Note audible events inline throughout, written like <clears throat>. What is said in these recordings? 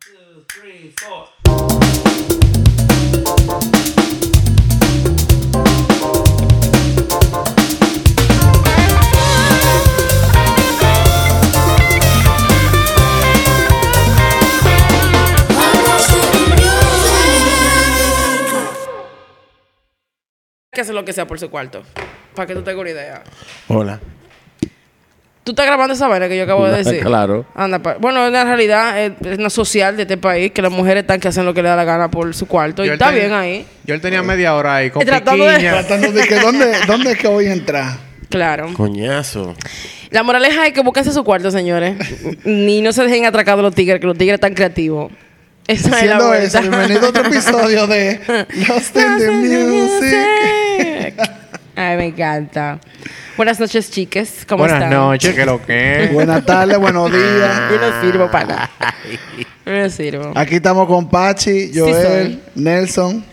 two, three, four. que hacer lo que sea por su cuarto. Para que tú tengas una idea. Hola. Tú estás grabando esa vaina que yo acabo de <laughs> decir. Claro. Anda, pa- bueno, en la realidad eh, es una social de este país que las mujeres están que hacen lo que le da la gana por su cuarto. Y Yo está ten- bien ahí. Eh, Yo él tenía media hora ahí con Tratando de- piquiña. Tratando de que dónde, dónde es que voy a entrar. Claro. Coñazo. La moraleja es que búsquense su cuarto, <laughs> señores. Ni no se dejen atracar de los tigres, que los tigres están creativos. Esa es la Siendo vuelta. eso, bienvenido a otro <laughs> episodio de Lost in the Music. <laughs> Ay, me encanta. Buenas noches, chiques. ¿Cómo Buenas están? noches, que lo <laughs> que Eh, Buenas tardes, buenos días. Yo no sirvo <laughs> para nada. Yo no sirvo. Aquí estamos con Pachi, Joel, Nelson.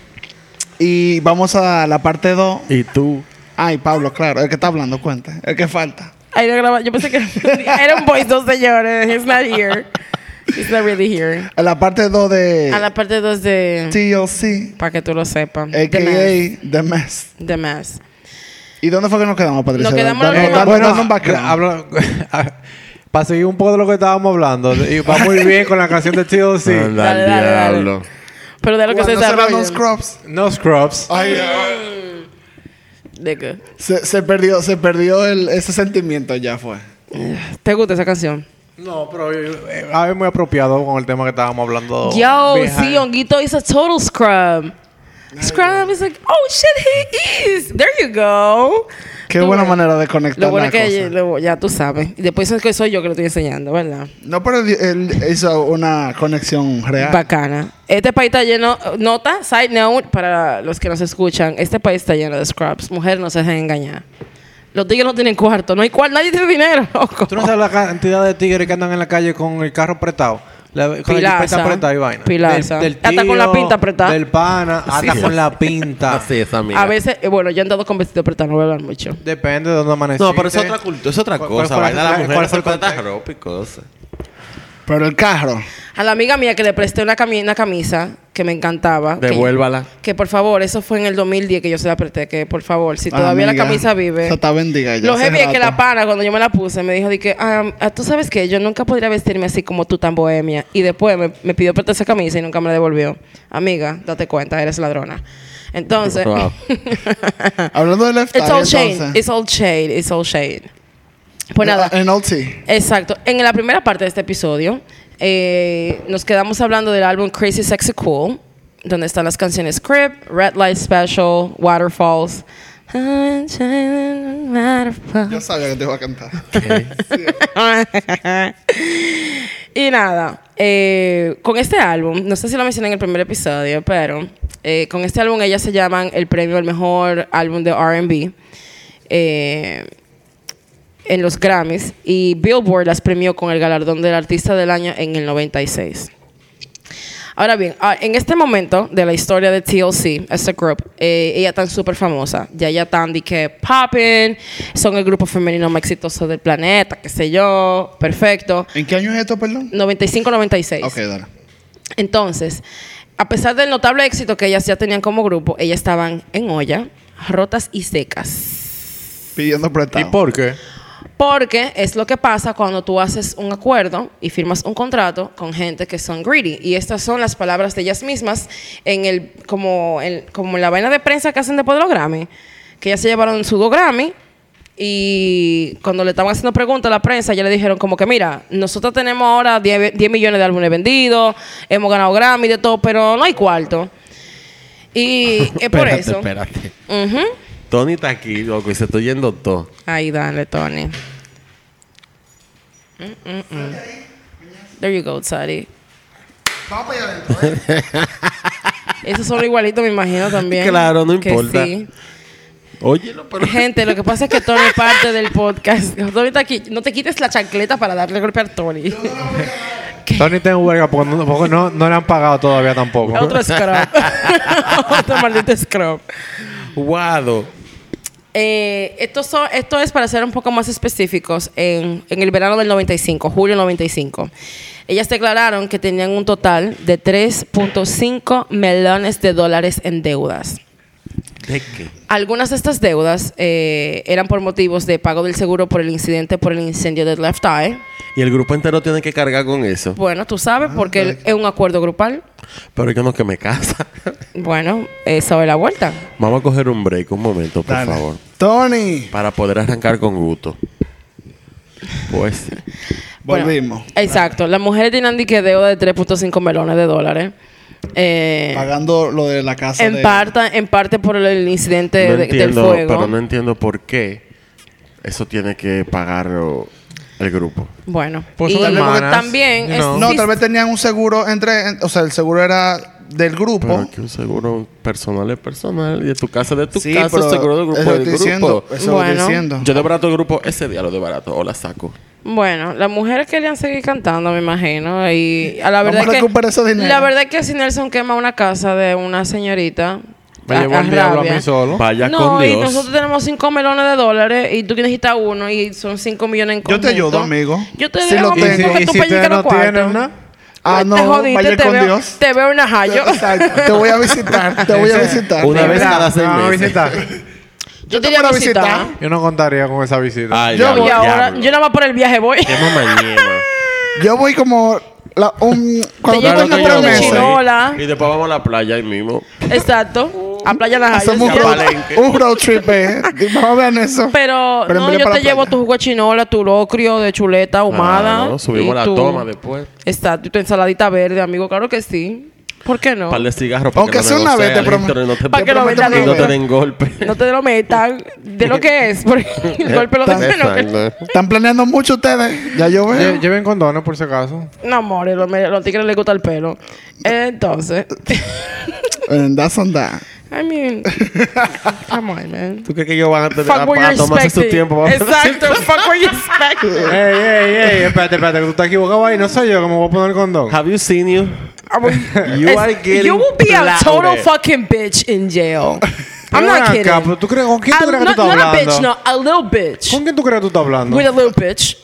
Y vamos a la parte 2. ¿Y tú? Ay, Pablo, claro, el que está hablando, cuenta. El que falta. Ahí lo graba- Yo <laughs> pensé que era un voice dos señores. It's not here. It's not really here. A la parte 2 de A la parte 2 de... TLC, Para que tú lo sepas. The a.k.a. The Mess. Mask. The Mask. ¿Y dónde fue que nos quedamos, Patricia? Nos quedamos Dame- en el dame- tema. dame un <laughs> background. hablo, para seguir un poco de lo que estábamos hablando. Y va muy bien con la canción de <laughs> TLC. Anda Dale, al dale, dale. diablo. Pero de lo que Cuando se se sabe... van los crops. No Scrubs. Ay, Nigga. se, se perdió, se perdió el- ese sentimiento ya fue. ¿Te gusta esa canción? No, pero eh, a ver, muy apropiado con el tema que estábamos Oh, hablando. Yo, Behind. sí, Honguito is a total scrub. Scrub is like, oh shit, he is. There you go. Qué Tú buena ves. manera de conectar Lo bueno la es que cosa. ya, lo- ya tú sabes. Y después es que soy yo que lo estoy enseñando, ¿verdad? No, pero él- él hizo una conexión real. Bacana. Este país está lleno, nota, side note, para los que nos escuchan, este país está lleno de scrubs. Mujeres no se dejen engañar. Los tigres no tienen cuarto, no hay cuarto, nadie tiene dinero. <laughs> loco. ¿Tú no sabes la cantidad de tigres que andan en la calle con el carro apretado? La, con la Pilaza. jipeta apretada y vaina. Pilaza. Hasta con la pinta apretada. Del pana, hasta es. con la pinta. Así es, amiga. a veces, eh, bueno, yo he andado con vestido apretado, no voy a hablar mucho. Depende de dónde amaneciste. No, pero es otra cultura, es otra ¿Cuál- cuál cosa. fue la- Vaina la cuál- mujer cuál fue se el trata contexto? ropa y cosas. Pero el carro. A la amiga mía que le presté una, cami- una camisa que me encantaba. que- Devuélvala. Que, por favor, eso fue en el 2010 que yo se la presté. Que por favor, si todavía Amiga, la camisa vive. Se está bendiga ya. Lo hace heavy es que rato. la pana, cuando yo me la puse, me dijo de que, "Ah, ah, tú sabes que yo nunca podría vestirme así como tú tan bohemia. Y después me, me pidió prestar esa camisa y nunca me la devolvió. Amiga, date cuenta, eres ladrona. Entonces, <laughs> Wow. Hablando de left it's eye, all shade, entonces. Eh, it's all shade, it's all shade. Pues nada, En Old Sea. exacto. En la primera parte de este episodio, eh, nos quedamos hablando del álbum Crazy Sexy Cool, donde están las canciones Crip, Red Light Special, Waterfalls. Waterfalls. Yo sabía que te iba a <laughs> cantar. y nada, eh, con este álbum, no sé si lo mencioné en el primer episodio, pero eh, con este álbum ellas se llaman el premio al mejor álbum de RB eh, en los Grammys y Billboard las premió con el galardón del artista del año en el 96. Ahora bien, ah, en este momento de la historia de TLC, este group, eh, ella tan súper famosa. Ya ella tan de que poppin', son el grupo femenino más exitoso del planeta, qué sé yo, perfecto. ¿En qué año es esto, perdón? 95-96. Ok, dale. Entonces, a pesar del notable éxito que ellas ya tenían como grupo, ellas estaban en olla, rotas y secas. Pidiendo prestado. ¿Y por qué? Porque es lo que pasa cuando tú haces un acuerdo y firmas un contrato con gente que son greedy. Y estas son las palabras de ellas mismas en el, como, en, como en la vaina de prensa que hacen después de los Grammy. Que ellas se llevaron su dos Grammy y cuando le estaban haciendo preguntas a la prensa, ya le dijeron como que, mira, nosotros tenemos ahora 10, 10 millones de álbumes vendidos, hemos ganado Grammy de todo, pero no hay cuarto. <laughs> Y es por Espérate, eso. Espérate. Ujú. Tony está aquí, loco, y se está yendo todo. Ahí, dale, Tony. Mm, mm, mm. There you go, Tati. <laughs> Esos son igualitos, me imagino también. Claro, no Que importa. sí. Óyelo, pero. Gente, lo que pasa es que Tony es parte del podcast. <laughs> Tony está aquí. No te quites la chancleta para darle golpe a Tony. Tony está en huelga porque no, porque no, no le han pagado todavía tampoco. <laughs> Otro scrub. Otro maldito scrub. Guado. Eh, estos son- esto es para ser un poco más específicos. En, en el verano del 95, julio 95, ellas declararon que tenían un total de 3.5 millones de dólares en deudas. ¿De qué? Algunas de estas deudas eh, eran por motivos de pago del seguro por el incidente por el incendio de Left Eye. Y el grupo entero tiene que cargar con eso. Bueno, tú sabes, porque el- es un acuerdo grupal. Pero yo no que me casa. <laughs> Bueno, eso es la vuelta. Vamos a coger un break, un momento, por Dale. favor. Tony, Para poder arrancar con gusto. Pues sí. Bueno, volvimos. exacto. Las mujeres tenían de que deuda de 3.5 melones de dólares. Eh, Pagando lo de la casa. en, de- parte, en parte por el incidente no de- del entiendo, fuego. pero no entiendo por qué eso tiene que pagar el grupo. Bueno, Pues y son hermanas, también... you know. No, existe- tal vez tenían un seguro entre. en- o sea, el seguro era del grupo. Pero que un seguro personal es personal y de tu casa es de tu Sí, casa, pero el seguro del grupo eso es estoy del grupo. diciendo. eh, Eso Bueno. estoy diciendo. Yo de barato el grupo ese día lo de barato o la saco. Bueno, las mujeres querían seguir cantando, me imagino. Y a la Vamos verdad a que. recuperar ese dinero. La verdad que si Nelson quema una casa de una señorita. Me a- llevó a el diablo a Ah, rabia. mí solo. Vaya no, con y Dios. nosotros tenemos 5 melones de dólares y tú necesitas uno y son 5 millones en Yo conjunto. te ayudo, amigo. Yo te Si dejo, lo amigo, tengo. porque Y tú si pellizcas ustedes los no tienen, cuartos. ¿no? Ah, Pues te no, vaya te con veo, Dios. Te veo en ajayo. Exacto. Te voy a visitar, te voy a visitar. Una De vez verdad. cada seis No, meses. visita. Yo te te iría a voy a visitar. visitar. Yo no contaría con esa visita. Ay, Yo diablo, Y ahora, diablo. yo nada más por el viaje <laughs> voy. <laughs> Qué mañana. Yo voy como. la- un, cuando llevo tengo el tres número de meses. chinola. Y después vamos a la playa ahí mismo. Exacto. A Playa Najayo. Hacemos un ¿sí? a road, Palenque. un road trip, eh. Vamos a ver eso. Pero, Pero en no, vez de yo para te la llevo playa. tu jugo de chinola, tu locrio de chuleta ahumada. Ah, no, subimos y la tu- toma después. Exacto, y tu ensaladita verde, amigo, claro que sí. ¿Por qué no? Un par de cigarros Aunque que no sea una negocie, vez, te Alejandro, prometo. no te, Pa' que lo prometo vendan que no luego. te den golpe. No te lo metan de lo <laughs> que es, porque el golpe lo Tan- de lo que- Eh, Exacto. Están planeando mucho ustedes. Ya yo veo. Lle- Lleven condones por si acaso. No, amores, los, me- los tigres les gusta el pelo. <laughs> Entonces, And eh, that's on that. I mean, come on, man. ¿Tú crees que ellos van a, tener, Fuck what a, you're a tomarse pues, ah, su expecting. tiempo? para- Exacto, fuck what you expecting. Ey, <laughs> ey, ey, espérate, espérate, que tú estás equivocado ahí. No soy yo que me voy a poner el condón. Have you seen you? I mean, You it's- are getting you will be a total clouded. fucking bitch in <laughs> jail. I'm Pero ven not acá, kidding. pero ¿Tú crees, ¿Con quién tú I'm crees que not, tú estás not a hablando? bitch, no, a little bitch. ¿Con quién tú crees que tú estás hablando? With a little bitch.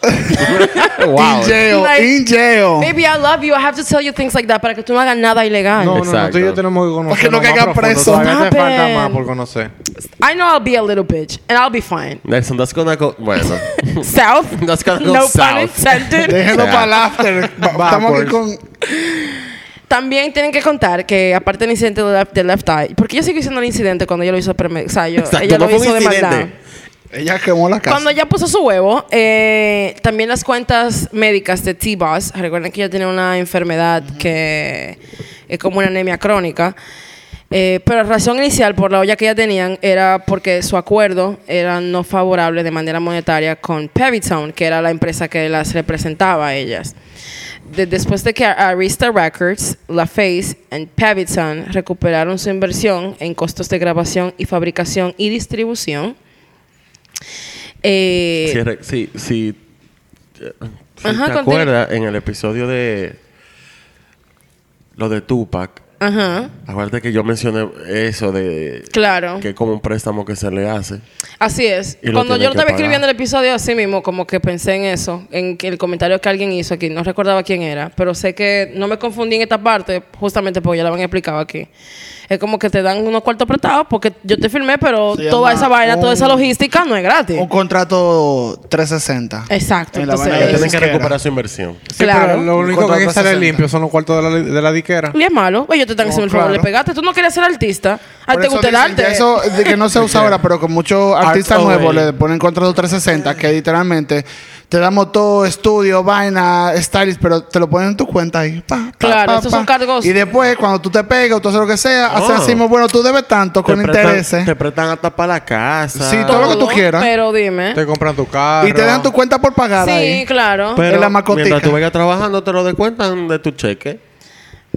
In jail. Like- in jail. Baby, I love you. I have to tell you things like that para que tú no hagas nada ilegal. No, no, no, tú Exacto. y yo tenemos que conocer. Porque no caigan preso. Todavía te Stop falta it. más por conocer. I know I'll be a little bitch and I'll be fine. Nelson, that's gonna go... Bueno. South. <laughs> That's gonna go no pun south. <laughs> intended. Déjenlo O sea, para el after. Va- Estamos aquí backwards. con. También tienen que contar que aparte del incidente de Left, de left Eye, porque yo sigo diciendo el incidente cuando ella lo hizo preme- o sea, yo- Exacto, ella no lo fue un hizo de incidente. maldad. Ella quemó la casa. Cuando ya puso su huevo, eh, también las cuentas médicas de T-Boss, recuerden que ella tiene una enfermedad que es como una anemia crónica, eh, pero la razón inicial por la olla que ella tenían era porque su acuerdo era no favorable de manera monetaria con Pevitown, que era la empresa que las representaba a ellas. De- después de que Arista Records, La Face y Pevitown recuperaron su inversión en costos de grabación y fabricación y distribución, eh, Si, re- si, si, eh, si Ajá, te contigo. acuerdas, en el episodio de lo de Tupac, Ajá, acuérdate que yo mencioné eso de claro. que es como un préstamo que se le hace. Así es. Y lo Cuando tiene yo que estaba pagar. escribiendo el episodio así mismo, como que pensé en eso, en que el comentario que alguien hizo aquí, no recordaba quién era, pero sé que no me confundí en esta parte, justamente porque ya lo habían explicado aquí. Es como que te dan unos cuartos prestados porque yo te firmé, pero Se toda llama esa vaina, toda esa un- logística no es gratis. Un contrato 360. Exacto. En la Entonces, eh, vaina Ellos de tienen es- que disquera. recuperar su inversión. Sí, Claro. pero lo Un único que contrato sale 60. liquera limpio son los cuartos de la, de la diquera. y es malo. Ellos te están No, haciendo el favor Oh, claro. de pegarte. Tú no querías ser artista. A ti Por Ah, te eso gusta el dicen, arte. eh, ya Eso de que no <laughs> se usa ahora, pero con muchos artistas away. nuevos le ponen contrato 360, que literalmente te damos todo, estudio, vaina, stylist, pero te lo ponen en tu cuenta ahí. pa, pa, Claro, pa, esos pa. son cargos. Y después, cuando tú te pegas o tú haces lo que sea, Oh. haces así, mismo, bueno, tú debes tanto con ¿eh? prestan- intereses. te prestan hasta para la casa. Sí, todo lo que tú quieras. Pero dime. Te compran tu carro. Y te dan tu cuenta por pagar Sí, ahí. claro. Pues, es la macotica. mientras tú vayas trabajando, te lo descuentan de tu cheque.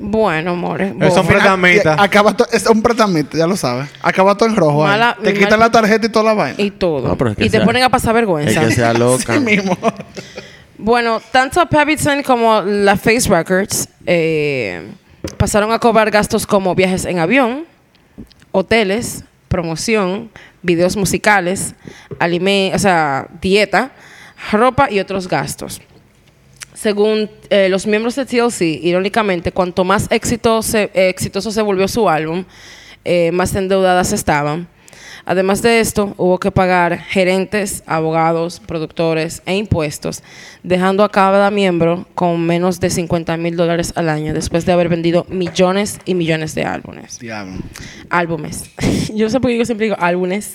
bueno, amores. Eso vos. fue- Pretamita. Y Acaba to- es un pretamita, ya lo sabes. Acaba todo en rojo. ahí. Mala- te mi mal- quitan la tarjeta y toda la vaina. y todo. No, pero es que y te sea- ponen a pasar Es vergüenza. <laughs> que sea loca. Así mismo. Bueno, tanto Pavitson como la Face Records eh, pasaron a cobrar gastos como viajes en avión, hoteles, promoción, videos musicales, alime, o sea, dieta, ropa y otros gastos. Según eh, los miembros de TLC, irónicamente, cuanto más éxito se- eh, exitoso se volvió su álbum, eh, más endeudadas estaban. Además de esto, hubo que pagar gerentes, abogados, productores e impuestos, dejando a cada miembro con menos de 50 mil dólares al año después de haber vendido millones y millones de álbumes. Diablo. Álbumes. <laughs> Yo no sé por qué yo siempre digo álbumes.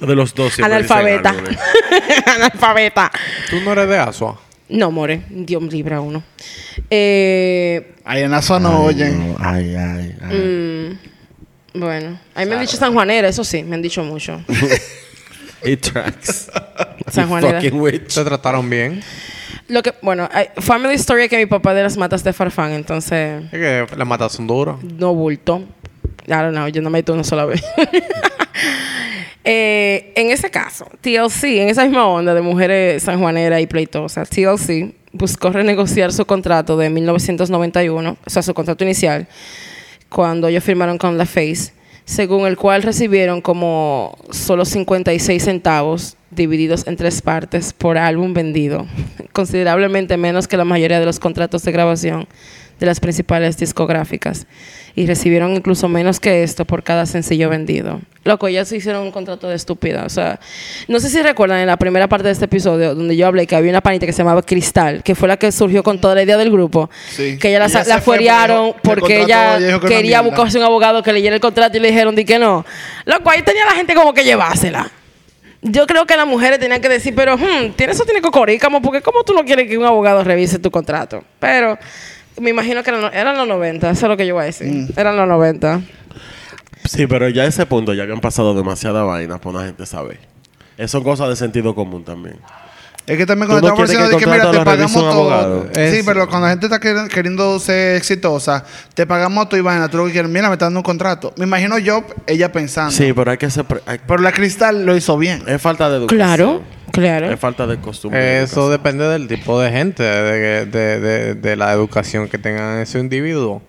De los dos siempre dicen Analfabeta. algo, ¿eh? <laughs> Analfabeta. Tú no eres de Asua. No, more. Dios libre a uno. Eh, Ahí en la zona oyen. No, ay, ay, ay. bueno, a mí me han dicho sanjuanera, eso sí, me han dicho <laughs> mucho. <laughs> It tracks. San You Juanera. Fucking witch. ¿Te trataron bien? Lo que, bueno, eh, hay- family story que mi papá de las matas de Farfán, entonces Es que las matas son duras. no bulto. I don't know, yo no me meto una sola vez. <laughs> Eh, en ese caso, TLC, en esa misma onda de mujeres sanjuaneras y pleitosas, TLC buscó renegociar su contrato de 1991, o sea, su contrato inicial, cuando ellos firmaron con La Face, según el cual recibieron como solo 56 centavos divididos en tres partes por álbum vendido, <laughs> considerablemente menos que la mayoría de los contratos de grabación de las principales discográficas, y recibieron incluso menos que esto por cada sencillo vendido. Loco, ellos hicieron un contrato de estúpida, o sea, no sé si recuerdan en la primera parte de este episodio donde yo hablé que había una panita que se llamaba Cristal, que fue la que surgió con toda la idea del grupo, Sí. que ella la, Ella la se fue, fuerearon pero dijo que porque el ella contrato, ella dijo que era una quería mierda. buscarse un abogado que leyera el contrato y le dijeron di que no. Loco, ahí tenía la gente como que llevársela. Yo creo que las mujeres tenían que decir, pero hmm, tiene eso tiene cocorícamo, porque ¿cómo tú no quieres que un abogado revise tu contrato? Pero me imagino que eran, los- eran los 90, eso es lo que yo voy a decir. Mm. Eran los 90. Sí, pero ya a ese punto, ya que han pasado demasiada vaina, pues la gente sabe. Eso son cosas de sentido común también. Es que también Tú cuando no estamos quieres diciendo de que que mira, contrato te lo revise pagamos un todo. abogado. Sí, Eso. pero cuando la gente está quer- queriendo ser exitosa, te pagamos todo y vaina. Tú lo que quieres, mira, me están dando un contrato. Me imagino yo, ella Ah, pensando. Sí, pero hay que ser. pre- hay- Pero la cristal lo hizo bien. es falta de educación. Claro, claro. Es falta de costumbre. Eso depende del tipo de gente, de, de- de- de la educación que tengan ese individuo.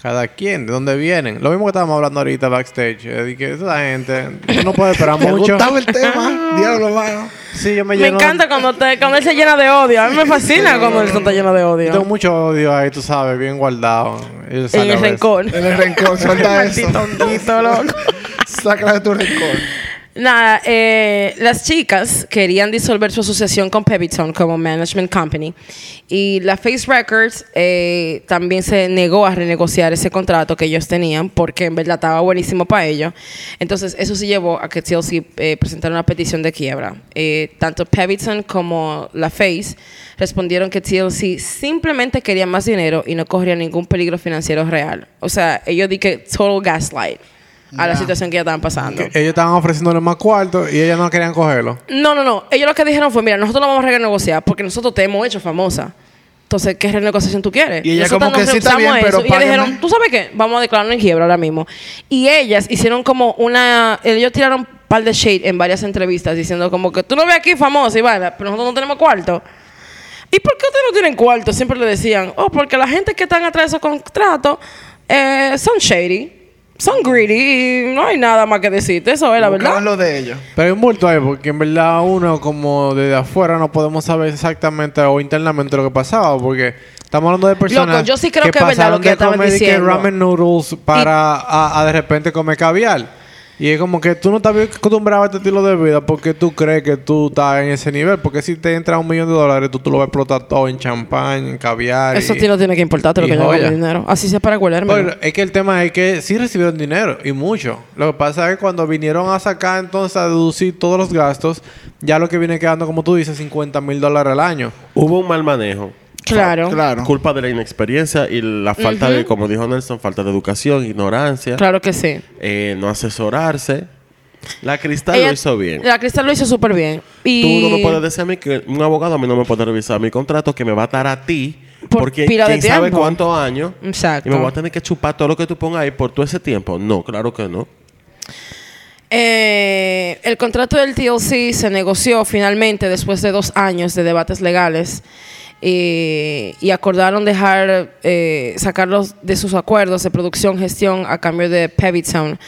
Cada quien, de dónde vienen. Lo mismo que estábamos hablando ahorita backstage. eh, de que esa gente tú no <laughs> puede esperar Me mucho. gustaba <laughs> el tema. Diablo, mano. Sí, yo me Me lleno- encanta cuando, te- cuando él se llena de odio. A mí me fascina cuando él está lleno de Yo tengo odio. mucho odio ahí, tú sabes, bien guardado. Y sale En a el veces. rencor. En <laughs> el rencor, suelta eso. Maldito honguito, loco. Sácala de tu rencor. Nada, eh, las chicas querían disolver su asociación con Peviton como management company y la Face Records eh, también se negó a renegociar ese contrato que ellos tenían porque en verdad estaba buenísimo para ellos. Entonces eso sí llevó a que TLC eh, presentara una petición de quiebra. Eh, tanto Peviton como la Face respondieron que TLC simplemente quería más dinero y no corría ningún peligro financiero real. O sea, ellos di que total gaslight a la Ya. situación que ya estaban pasando. Que Ellos estaban ofreciéndole más cuarto y ellas no querían cogerlo. No, no, no. Ellos lo que dijeron fue, mira, nosotros lo vamos a renegociar porque nosotros te hemos hecho famosa. Entonces, ¿qué renegociación tú quieres? Y ella Nosotras como que nos sí está rehusamos bien, a pero eso. Y ellas páguenme. dijeron, ¿tú sabes qué? Vamos a declararnos en quiebra ahora mismo. Y ellas hicieron como una... Ellos tiraron un par de shade en varias entrevistas diciendo como que tú no ves aquí famosa, Ivana, pero nosotros no tenemos cuarto. ¿Y por qué ustedes no tienen cuarto? Siempre le decían, oh, porque la gente que están atrás de esos contratos eh, son shady, son greedy y no hay nada más que decirte. Eso es la verdad. Buscaban lo de ellos. Pero hay un bulto ahí, porque en verdad uno como desde afuera no podemos saber exactamente o internamente lo que pasaba, porque estamos hablando de personas Loco, yo sí creo que es verdad pasaron lo que de estaban comer, de que diciendo. ramen noodles para a, a de repente comer caviar. Y es como que tú no estás bien acostumbrado a este estilo de vida porque tú crees que tú estás en ese nivel. Porque si te entra un millón de dólares, tú, tú lo vas a explotar todo en champán, en caviar. Eso y- sí no tiene que importarte lo y que yo hago con joya. mi dinero. Así sea para cuidarme. Oye, es que el tema es que sí recibieron dinero y mucho. Lo que pasa es que cuando vinieron a sacar entonces a deducir todos los gastos, ya lo que viene quedando, como tú dices, 50 mil dólares al año. Hubo un mal manejo. claro. claro. Claro. Culpa de la inexperiencia y la falta de, como dijo Nelson, falta de educación, ignorancia, que sí. eh, no asesorarse. La cristal Ella- lo hizo bien. La Cristal lo hizo súper bien. Y... Tú no me puedes decir a mí que un abogado a mí no me puede revisar mi contrato que me va a estar a ti Por porque pila de quién sabe tiempo. cuántos años Exacto. y me voy a tener que chupar todo lo que tú pongas ahí por todo ese tiempo. No, claro que no. Eh, el contrato del TLC se negoció finalmente después de dos años de debates legales eh, y acordaron dejar eh, sacarlos de sus acuerdos de producción, gestión a cambio de Pevitown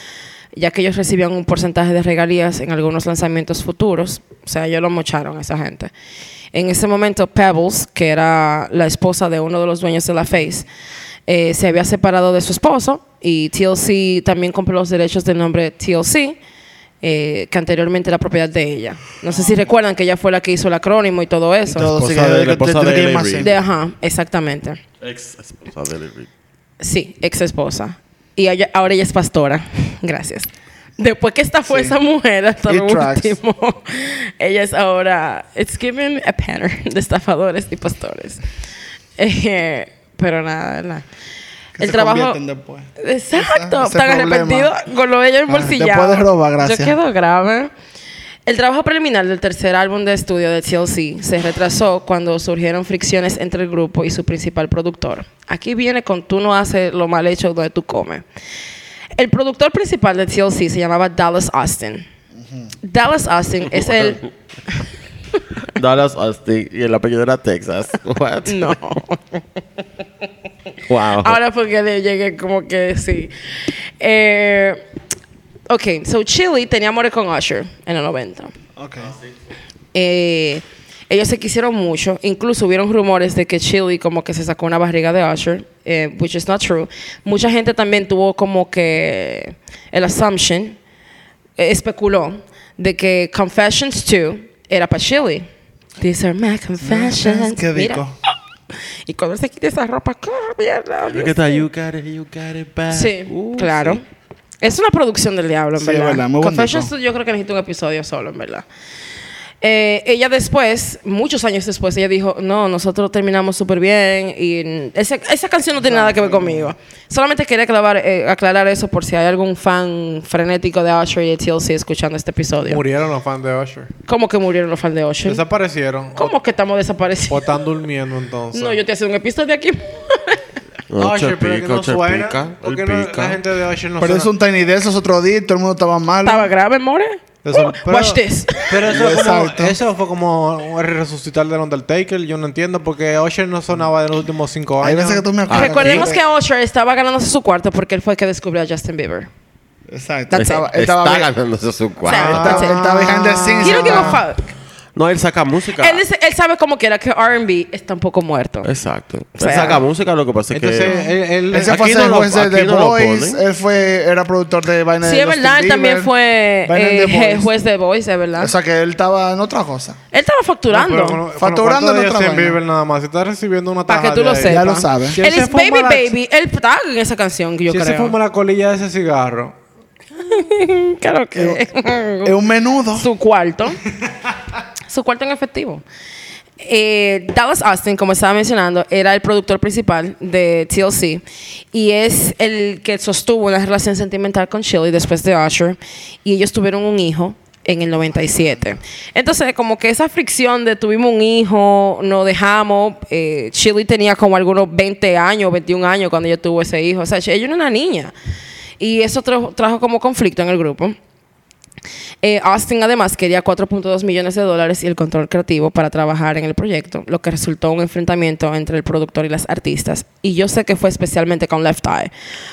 ya que ellos recibían un porcentaje de regalías en algunos lanzamientos futuros. O sea, ellos lo mocharon a esa gente. En ese momento, Pebbles, que era la esposa de uno de los dueños de la Face, eh, se había separado de su esposo y TLC también compró los derechos del nombre TLC, eh, que anteriormente era propiedad de ella. No sé si recuerdan que ella fue la que hizo el acrónimo y todo eso. Todo, sí, esposa que- de- que- la esposa que- de que- Larry. más sí. De, ajá, exactamente. Ex esposa de Larry. Sí, ex esposa. Y ella- ahora ella es pastora. <laughs> Gracias. Después que esta fue Sí. esa mujer, hasta It lo tracks. último, <laughs> ella es ahora. It's given a pattern <laughs> de estafadores y pastores. Eh, pero nada, nada. que el se trabajo. convierten después. Exacto, Ese tan problema. arrepentido con lo de ella embolsillado. después de Ah, robar, gracias. Yo quedo grave. El trabajo preliminar del tercer álbum de estudio de TLC se retrasó cuando surgieron fricciones entre el grupo y su principal productor. Aquí viene con tú no haces lo mal hecho donde tú comes. El productor principal de TLC se llamaba Dallas Austin. Dallas Austin es el... Dallas Austin y el apellido era <laughs> Texas. What? No. Wow. Ahora porque le llegué como que sí. Eh, ok, so Chili tenía amores con Usher en el 90. Ok. Eh, ellos se quisieron mucho. Incluso hubieron rumores de que Chili como que se sacó una barriga de Usher, eh, which is not true. Mucha gente también tuvo como que el assumption, eh, especuló, de que Confessions 2 era para Chili. These are my confessions. Qué Mira. rico. Y cuando él se quita esa ropa, ¡ah, mierda! Look at that, you got it, you got it back. Sí, Uh, claro. sí. Es una producción del diablo, en Sí, verdad. es verdad, muy buen Confessions, disco. yo creo que necesita un episodio solo, en verdad. Eh, ella después, muchos años después, ella dijo, no, nosotros terminamos súper bien y mm, esa, esa canción no tiene nada que ver conmigo. Solamente quería aclarar, eh, aclarar eso por si hay algún fan frenético de Usher y de TLC escuchando este episodio. Murieron los fans de Usher. ¿Cómo que murieron los fans de Usher? Desaparecieron. ¿Cómo que estamos O, o desaparecidos? están durmiendo entonces. No, yo te hice un episodio <laughs> aquí. Usher, pero que no Ocho suena. pica, ¿Por qué el no- pica. la gente de Usher no Pero es suena? un Tiny Desk, es otro día, y todo el mundo estaba mal. ¿Estaba grave, More? Te sor- Uh, watch this. Pero eso, fue como, Exacto. eso fue como un resucitar del Undertaker. Yo no entiendo porque Usher no sonaba de los últimos cinco Hay años. veces que Ah, tú me acuerdas. Recordemos que Usher estaba ganándose su cuarto porque él fue el que descubrió a Justin Bieber. Exacto. That's Estaba, it. estaba, Está bien. ganándose su sea, cuarto. Estaba- That's it. estaba behind the scenes. He don't give estaba- a fuck. No, él saca música. Él, es- él sabe como quiera que R&B está un poco muerto. Exacto. sea- él saca música, lo que pasa es Entonces, eh, que... él, él- Ese Aquí fue no el lo- juez de aquí The no lo Boys. ponen. Él fue, era productor de Vaina de Sí, es Justin verdad. Él también Bieber, fue Vaina de eh, The je- Boys. juez de Voice, es verdad. O sea que él estaba en otra cosa. él estaba facturando. Pero con- con los cuartos Facturando de en otra Justin vaina. Bieber nada más. Si estás recibiendo una Para tajada que tú lo ahí. sepas. Ya lo sabes. Si Él ese es fue un Baby mala- Baby. Él estaba en esa canción que yo Si él se creo. Mm, fuma la colilla de ese cigarro. Claro <laughs> Es que. un menudo. su cuarto. su cuarto en efectivo. Eh, Dallas Austin, como estaba mencionando, era el productor principal de TLC y es el que sostuvo una relación sentimental con Chili después de Usher y ellos tuvieron un hijo en el 97. Entonces, como que esa fricción de tuvimos un hijo, nos dejamos, eh, Chili tenía como algunos 20 años, 21 años cuando ella tuvo ese hijo, o sea, ella era una niña y eso tra- trajo como conflicto en el grupo. Eh, Austin además quería 4.2 millones de dólares y el control creativo para trabajar en el proyecto, lo que resultó un enfrentamiento entre el productor y las artistas. Y yo sé que fue especialmente con Left Eye,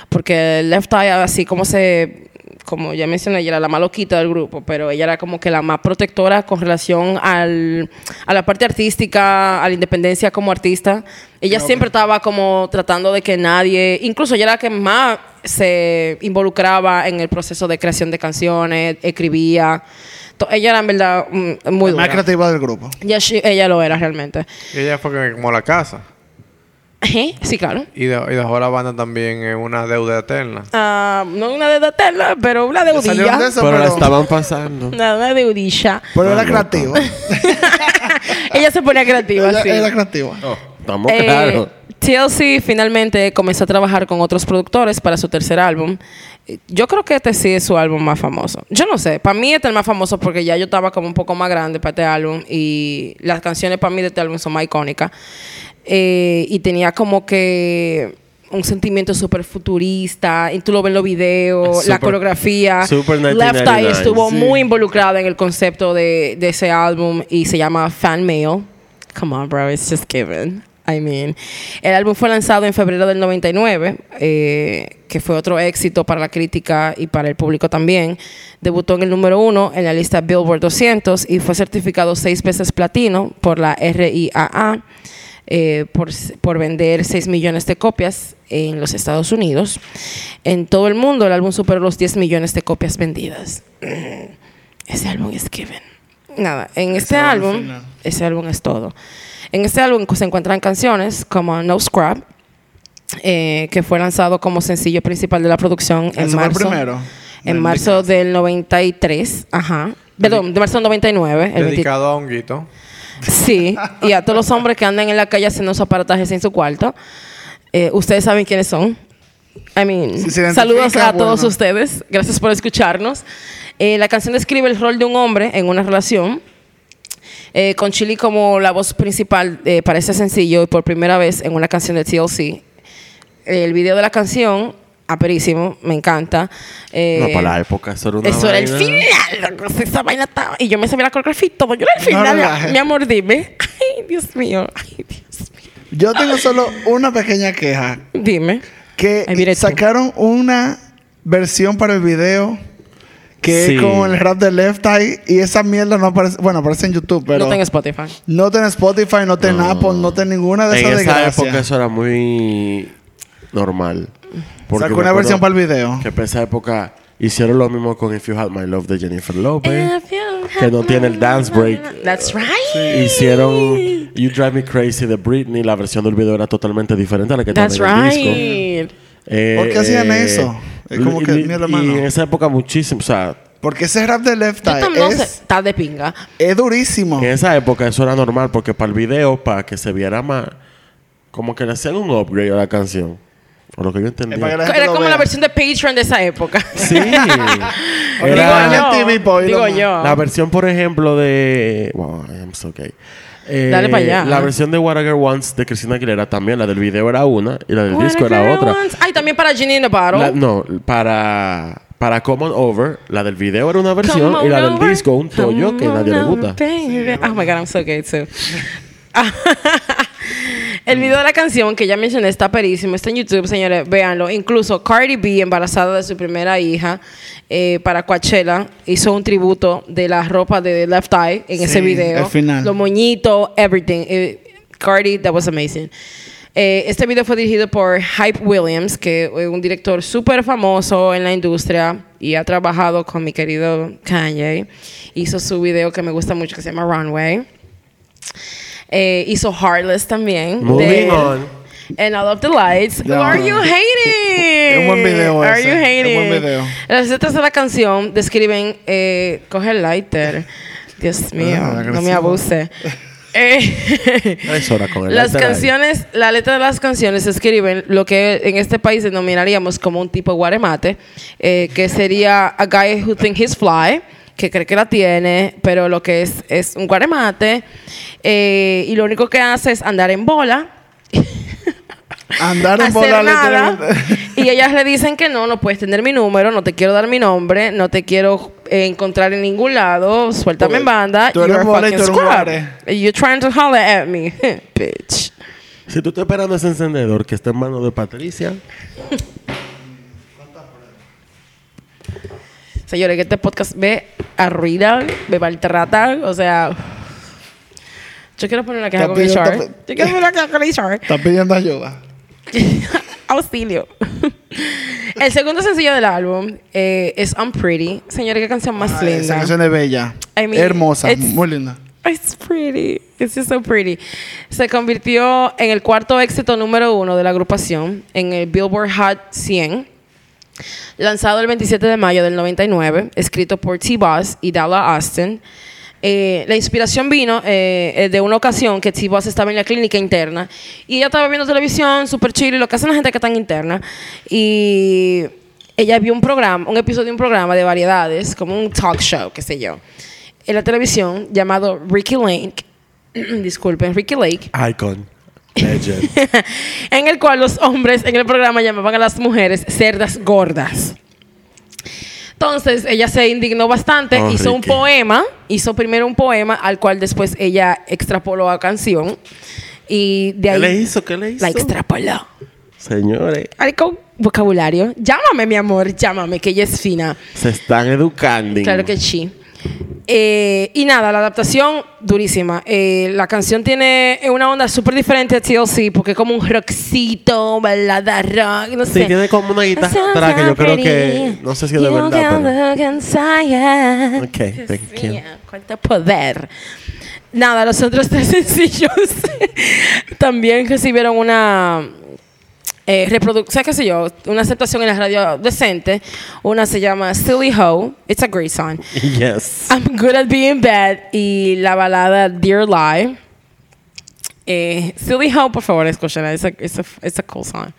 porque Left Eye, así como se, como ya mencioné, ella era la más loquita del grupo, pero ella era como que la más protectora con relación al, a la parte artística, a la independencia como artista. Ella siempre estaba como tratando de que nadie, incluso ella era la que más se involucraba en el proceso de creación de canciones, escribía. To- Ella era en verdad mm, muy dura. Más creativa del grupo. Ya she- ella lo era realmente. Y ella fue que quemó la casa. Ajá, Sí, claro. Y, de- y dejó la banda también en una deuda eterna. Ah, no una deuda eterna, pero una deudilla. Salieron de eso, Pero pero, la estaban pasando. Una, una deudilla. pero era No, creativa. <laughs> ella se ponía creativa, Ella sí. Era creativa. Oh. No, estamos Eh, claros. TLC finalmente comenzó a trabajar con otros productores para su tercer álbum. Yo creo que este sí es su álbum más famoso. Yo no sé, para mí este es el más famoso porque ya yo estaba como un poco más grande para este álbum y las canciones para mí de este álbum son más icónicas. Eh, y tenía como que un sentimiento súper futurista y tú lo ves en los videos, la Súper- coreografía. súper Left Eye 1999, estuvo sí. muy involucrada en el concepto de, de ese álbum y se llama Fan Mail. Come on, bro, it's just given. I mean. El álbum fue lanzado en febrero del 99, eh, que fue otro éxito para la crítica y para el público también. Debutó en el número uno en la lista Billboard 200 y fue certificado seis veces platino por la RIAA eh, por, por vender 6 millones de copias en los Estados Unidos. En todo el mundo el álbum superó los 10 millones de copias vendidas. Ese álbum es Kevin. Nada, en este álbum, ese álbum es todo. En este álbum se encuentran canciones como No Scrap, eh, que fue lanzado como sencillo principal de la producción en Ese fue el marzo. primero. En marzo del 93, ajá. Perdón, de marzo del 99. El 23. Dedicado a Honguito. Sí, y a todos los hombres que andan en la calle haciendo esos aparatajes en su cuarto. Eh, ustedes saben quiénes son. I mean, Si se identifica, saludos a todos bueno. ustedes. Gracias por escucharnos. Eh, la canción describe el rol de un hombre en una relación. eh, con Chili como la voz principal eh, para este sencillo y por primera vez en una canción de TLC. El video de la canción, aperísimo, me encanta. Eh, no, para la época eso era una eso era el vaina. final, loco. Esa vaina estaba. Y yo me sabía la coreografía y todo. Yo era el final. relajes. mi amor, dime. Ay, Dios mío. Ay, Dios mío. Yo tengo solo una pequeña queja. Dime. Ay, mira Que tú. sacaron una versión para el video que Sí. es con el rap de Left Eye y esa mierda no aparece. Bueno, aparece en YouTube, pero. no tengo Spotify. No ten Spotify, no ten Apple, no ten ninguna de En esas esa desgracias. época eso era muy normal. Porque Sacó me una acuerdo versión para el video. Que para esa época hicieron lo mismo con If You Had My Love de Jennifer Lopez. Que no tiene el dance break. That's right. Hicieron You Drive Me Crazy de Britney. La versión del video era totalmente diferente a la que estaba That's en el disco. right. Eh, ¿Por qué hacían eso? Es como que, y- mira, hermano. Y en esa época muchísimo, o sea, Porque ese rap de Left Yo también Eye no sé. es, Está de pinga. es durísimo. en esa época eso era normal porque para el video, para que se viera más, como que le hacían un upgrade a la canción. Por lo que yo entendía. Es para que la gente Era lo como la vea. versión de Patreon de esa época. <laughs> Sí. Era- Era digo MTV, yo. pues, Digo lo- yo. la versión, por ejemplo, de. Wow, I am so gay. Eh, Dale pa' allá. La versión de What I Girl Wants de Cristina Aguilera también. La del video era una y la del What a disco era girl otra. wants. Ay, también para Ginny in the Bottle. La- no, para, para Common Over, la del video era una versión Come y la on del over. disco un tollo Come que on nadie le over, gusta. baby. Oh my God, I'm so gay too. <laughs> El video de la canción que ya mencioné está perísimo, está en YouTube, señores, véanlo. Incluso Cardi B, embarazada de su primera hija, eh, para Coachella, hizo un tributo de la ropa de Left Eye en ese video. al final. Los moñitos, everything. Eh, Cardi, that was amazing. Eh, este video fue dirigido por Hype Williams, que es un director súper famoso en la industria y ha trabajado con mi querido Kanye. Hizo su video que me gusta mucho, que se llama Runway. Eh, hizo Heartless también. Moving de- on. And All of the Lights. No. Are you hating? Es un buen video Are ese, you hating? es un buen video. Las letras de la canción describen... Eh, coge el lighter. Dios mío, Ah, no me agresivo. abuse. <laughs> Eh, Tres horas con el las alter ahí. canciones, la letra de las canciones escriben lo que en este país denominaríamos como un tipo guaremate, eh, que sería a guy who thinks he's fly, que cree que la tiene, pero lo que es es un guaremate, eh, y lo único que hace es andar en bola, Andar en hacer bola nada, literalmente. y ellas le dicen que no, no puedes tener mi número, no te quiero dar mi nombre, no te quiero eh, encontrar en ningún lado, suéltame Porque en banda, Pues, tú eres you're a bola y fucking tú eres un scrub. guare. You're trying to holler at me, <laughs> bitch. Si tú estás esperando ese encendedor que está en manos de Patricia, Señores, que este podcast me arruinan, me maltratan, o sea... Yo quiero poner una queja Está con pidiendo- HR. está Yo quiero poner una queja con HR. Está pidiendo ayuda. <laughs> Auxilio. <laughs> El segundo sencillo del álbum eh, es I'm Pretty. Señores, qué canción más Ay, Esa linda. canción es bella. I mean, Hermosa, it's- muy linda. It's pretty. It's just so pretty. Se convirtió en el cuarto éxito número uno de la agrupación en el Billboard Hot 100. Lanzado el 27 de mayo del 99, escrito por T-Boss y Dalla Austin. Eh, la inspiración vino eh, eh, de una ocasión que T-Boss estaba en la clínica interna y ella estaba viendo televisión, super chill, y lo que hacen la gente que está en interna. Y ella vio un programa, un episodio de un programa de variedades, como un talk show, qué sé yo, en la televisión llamado Ricky Lake. <clears throat> Disculpen, Ricky Lake Icon, Legend. <laughs> en el cual los hombres en el programa llamaban a las mujeres cerdas gordas. Entonces ella se indignó bastante, Oh, hizo un Ricky. poema, hizo primero un poema al cual después ella extrapoló a canción Y de ¿Qué ahí le hizo? ¿Qué le hizo? la extrapoló. Señores, Ay, con vocabulario. Llámame, mi amor, llámame, que ella es fina. se están educando. Claro que sí. Eh, y nada, la adaptación durísima. Eh, la canción tiene una onda súper diferente a TLC porque es como un rockcito, balada rock, no sé. Sí, tiene como una guitarra que yo creo que... No sé si es de verdad, pero... pero... Ok, thank you. Cuánto poder. Nada, los otros tres <laughs> sencillos también recibieron una eh, reproducción, qué sé yo, una aceptación en la radio decente. Una se llama Silly Ho, It's a Great Song. <laughs> Yes. I'm Good at Being Bad y la balada Dear Lie. Eh, Silly How, por favor, escúchala. Es a, it's a, it's a cool song.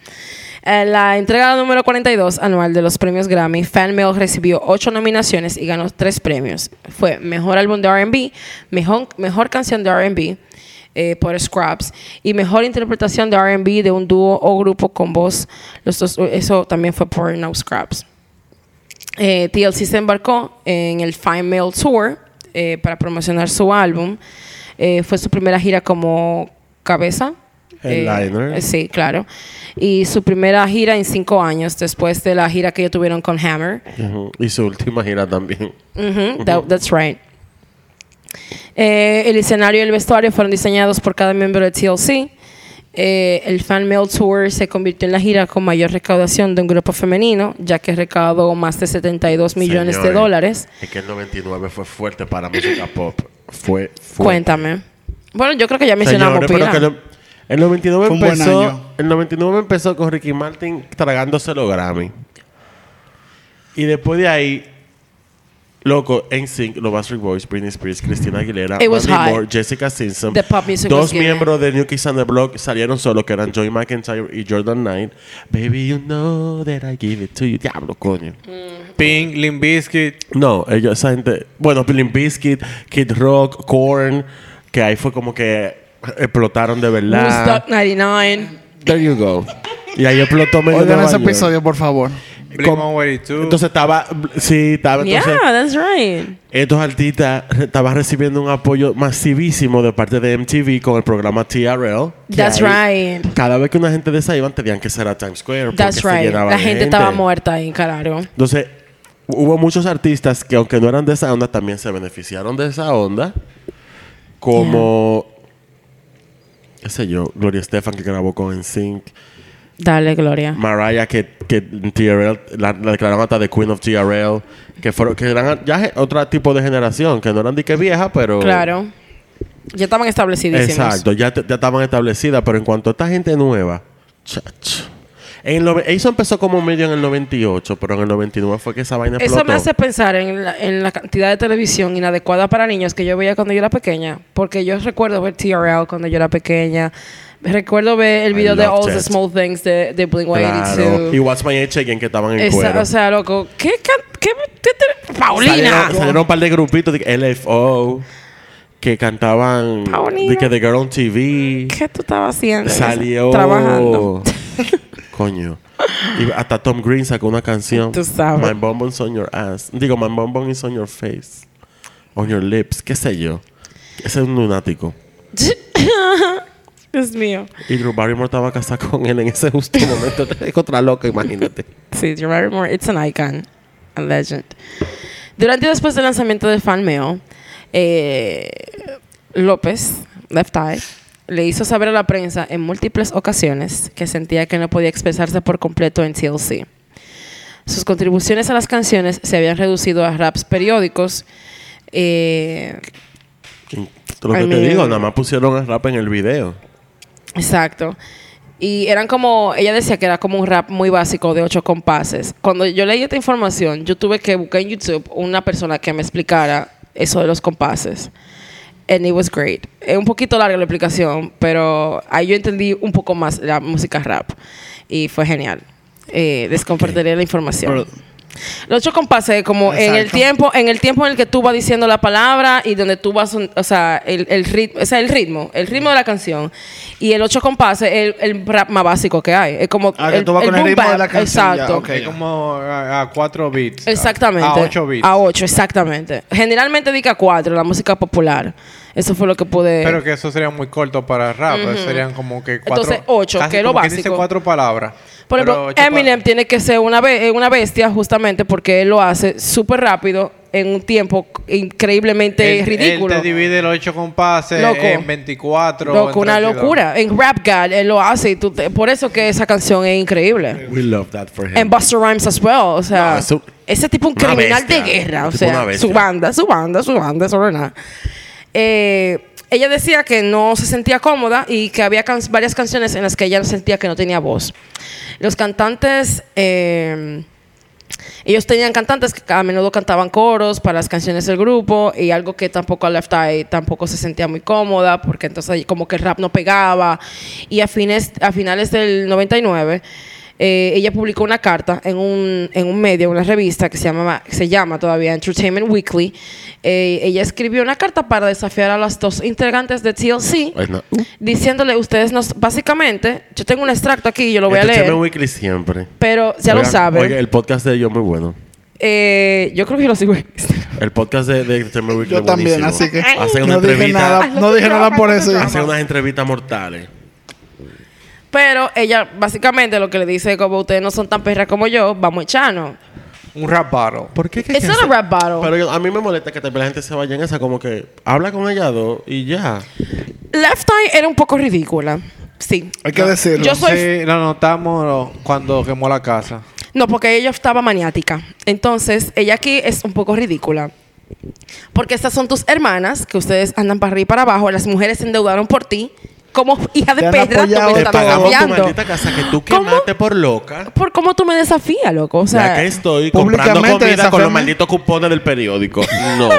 Eh, la entrega número 42 anual de los premios Grammy, Fan Mail recibió 8 nominaciones y ganó 3 premios. Fue Mejor Álbum de R&B, mejor, mejor Canción de R&B eh, por Scraps y Mejor Interpretación de R&B de un dúo o grupo con voz. Los dos- eso también fue por No Scraps. Eh, TLC se embarcó en el Fine Mail Tour eh, para promocionar su álbum. Eh, fue su primera gira como cabeza. Eh, Headliner. eh, sí, claro. Y su primera gira en cinco años, después de la gira que ellos tuvieron con Hammer. Ujú. Y su última gira también. Ujú, that- that's right. Eh, el escenario y el vestuario fueron diseñados por cada miembro de TLC. Eh, el Fan Mail Tour se convirtió en la gira con mayor recaudación de un grupo femenino, ya que recaudó más de 72 millones Señores, de dólares. Es que el 99 fue fuerte para música pop. Fue fuerte. Cuéntame. Bueno, yo creo que ya mencionamos Señores, pero pila. que lo- el 99 Fue un buen empezó, año. el 99 empezó con Ricky Martin tragándose los Grammy. Y después de ahí, loco, NSYNC, los Backstreet Boys, Britney Spears, Christina Aguilera, It was high. Mandy Moore, Jessica Simpson. The pop music was dos getting miembros de New Kids on the Block salieron solos, que eran Joey McIntyre y Jordan Knight. Baby, you know that I give it to you. Diablo, coño. Pink, Limp Bizkit. No, ellos, esa gente. Bueno, Limp Bizkit, Kid Rock, Korn, que ahí fue como que explotaron de verdad. Woodstock 99. There you go. Y ahí explotó medio Oigan Nueva ese York. episodio, por favor. Blink 182. Entonces estaba, sí, estaba Yeah, entonces that's right. estos artistas re- estaban recibiendo un apoyo masivísimo de parte de MTV con el programa TRL. que That's ahí, right. Cada vez que una gente de esa iban tenían que ser a Times Square. That's porque se right. llenaba La de gente estaba muerta ahí, carajo. Entonces, hubo muchos artistas que aunque no eran de esa onda, también se beneficiaron de esa onda. Como, qué sé yo, Gloria Estefan que grabó con NSYNC. Dale, Gloria. Mariah que, que en TRL, la, la declararon hasta de Queen of TRL. Que, fueron, que eran ya ge- otro tipo de generación, que no eran de que vieja, pero... Claro. Ya estaban establecidísimos. Exacto, ya, te- ya estaban establecidas, pero en cuanto a esta gente nueva, chacho. En el nove- eso empezó como medio en el 98, pero en el 99 fue que esa vaina Eso explotó. me hace pensar en la, en la cantidad de televisión inadecuada para niños que yo veía cuando yo era pequeña. Porque yo recuerdo ver TRL cuando yo era pequeña. Recuerdo ver el I video de loved All the it. Small Things de, de Blink Claro. 182. Y What's My Age Again que estaban en Esa- cuero. o sea, loco, ¿qué, ca- qué, qué te- Paulina? Salieron, salieron un par de grupitos de LFO que cantaban Paulina. de que The Girl on TV. ¿Qué tú estabas haciendo? Salió. Trabajando. <laughs> <laughs> Coño. Y hasta Tom Green sacó una canción. Tú sabes. My bonbons on your ass. Digo, my bonbon is on your face. On your lips. Qué sé yo. Ese es un lunático. Dios mío. Y Drew Barrymore estaba casada con él en ese justo momento. <laughs> Es otra loca, imagínate. Sí, Drew Barrymore, it's an icon, a legend. Durante y después del lanzamiento de Fan Mail, eh, López, Left Eye, le hizo saber a la prensa en múltiples ocasiones que sentía que no podía expresarse por completo en TLC. Sus contribuciones a las canciones se habían reducido a raps periódicos. eh, Lo que Ay, te mi digo, Dios. nada más pusieron el rap en el video. Exacto. Y eran como, ella decía que era como un rap muy básico de ocho compases. Cuando yo leí esta información, yo tuve que buscar en YouTube una persona que me explicara eso de los compases. And it was great. Es un poquito larga la explicación, pero ahí yo entendí un poco más la música rap. Y fue genial. Eh, les compartiré la información. Los ocho compases, como en el Exacto. tiempo, en el tiempo en el que tú vas diciendo la palabra y donde tú vas, un- o sea, el, el ritmo, o sea, el ritmo, el ritmo de la canción. Y el ocho compases es el, el rap más básico que hay. Es como Ah, que tú vas con el boom ritmo de bap. la canción, ya, Exacto. ok. Es como a, a 4 bits. Exactamente. A 8 bits. A ocho, exactamente. Generalmente dica cuatro, la música popular. Eso fue lo que pude. Pero que eso sería muy corto para el rap. Serían como que cuatro... Entonces, ocho, casi que es lo como quien dice básico. cuatro palabras. Por Pero ejemplo, ocho pa- Eminem tiene que ser una, be- eh, una bestia justamente porque él lo hace súper rápido en un tiempo increíblemente Él- ridículo. Él te divide los ocho compases Loco. en 24. o en Loco, una 32. locura. En Rap God él lo hace y tú te- por eso que esa canción es increíble. We love that for him. En Buster Rhymes as well, o sea, No, es un- ese tipo un una criminal bestia. de guerra, o Tipo una sea, bestia. su banda, su banda, su banda, eso no es nada. Eh, ella decía que no se sentía cómoda y que había can- varias canciones en las que ella sentía que no tenía voz. Los cantantes, eh, ellos tenían cantantes que a menudo cantaban coros para las canciones del grupo y algo que tampoco a Left Eye tampoco se sentía muy cómoda porque entonces ahí como que el rap no pegaba. Y a, fines, a finales del 99, eh, ella publicó una carta en un, en un medio, una revista que se llama, se llama todavía Entertainment Weekly. Eh, ella escribió una carta para desafiar a las dos integrantes de TLC Ay, no. diciéndole ustedes nos básicamente yo tengo un extracto aquí yo lo voy a Entertainment leer Este Weekly siempre. pero ya lo Oigan, Oye, saben el podcast de ellos es muy bueno. Eh, yo creo que yo lo sigo en Instagram. El podcast de, de Entertainment Weekly Yo es también, buenísimo. así que Hacen una no dije entrevista. nada, no dije nada por eso. Hacen unas entrevistas mortales. pero ella básicamente lo que le dice es como ustedes no son tan perras como yo vamos a echarnos Un rap battle. ¿Por qué? it's not a rap battle Pero yo- a mí me molesta que también la gente se vaya en esa, como que habla con ella dos y ya. Left Eye era un poco ridícula sí Hay que decirlo. yo soy Sí, lo notamos cuando quemó la casa. No, porque ella estaba maniática. Entonces, ella aquí es un poco ridícula. Porque estas son tus hermanas, que ustedes andan para arriba y para abajo. Las mujeres se endeudaron por ti. Como hija de Te han perra, tú apoyado me Te estás pagamos tu desafiando. maldita casa que tú ¿Cómo? quemaste por loca. Por cómo tú me desafías, loco. O Ya sea, que estoy comprando públicamente comida con desafiarme. los malditos cupones del periódico. <laughs> No.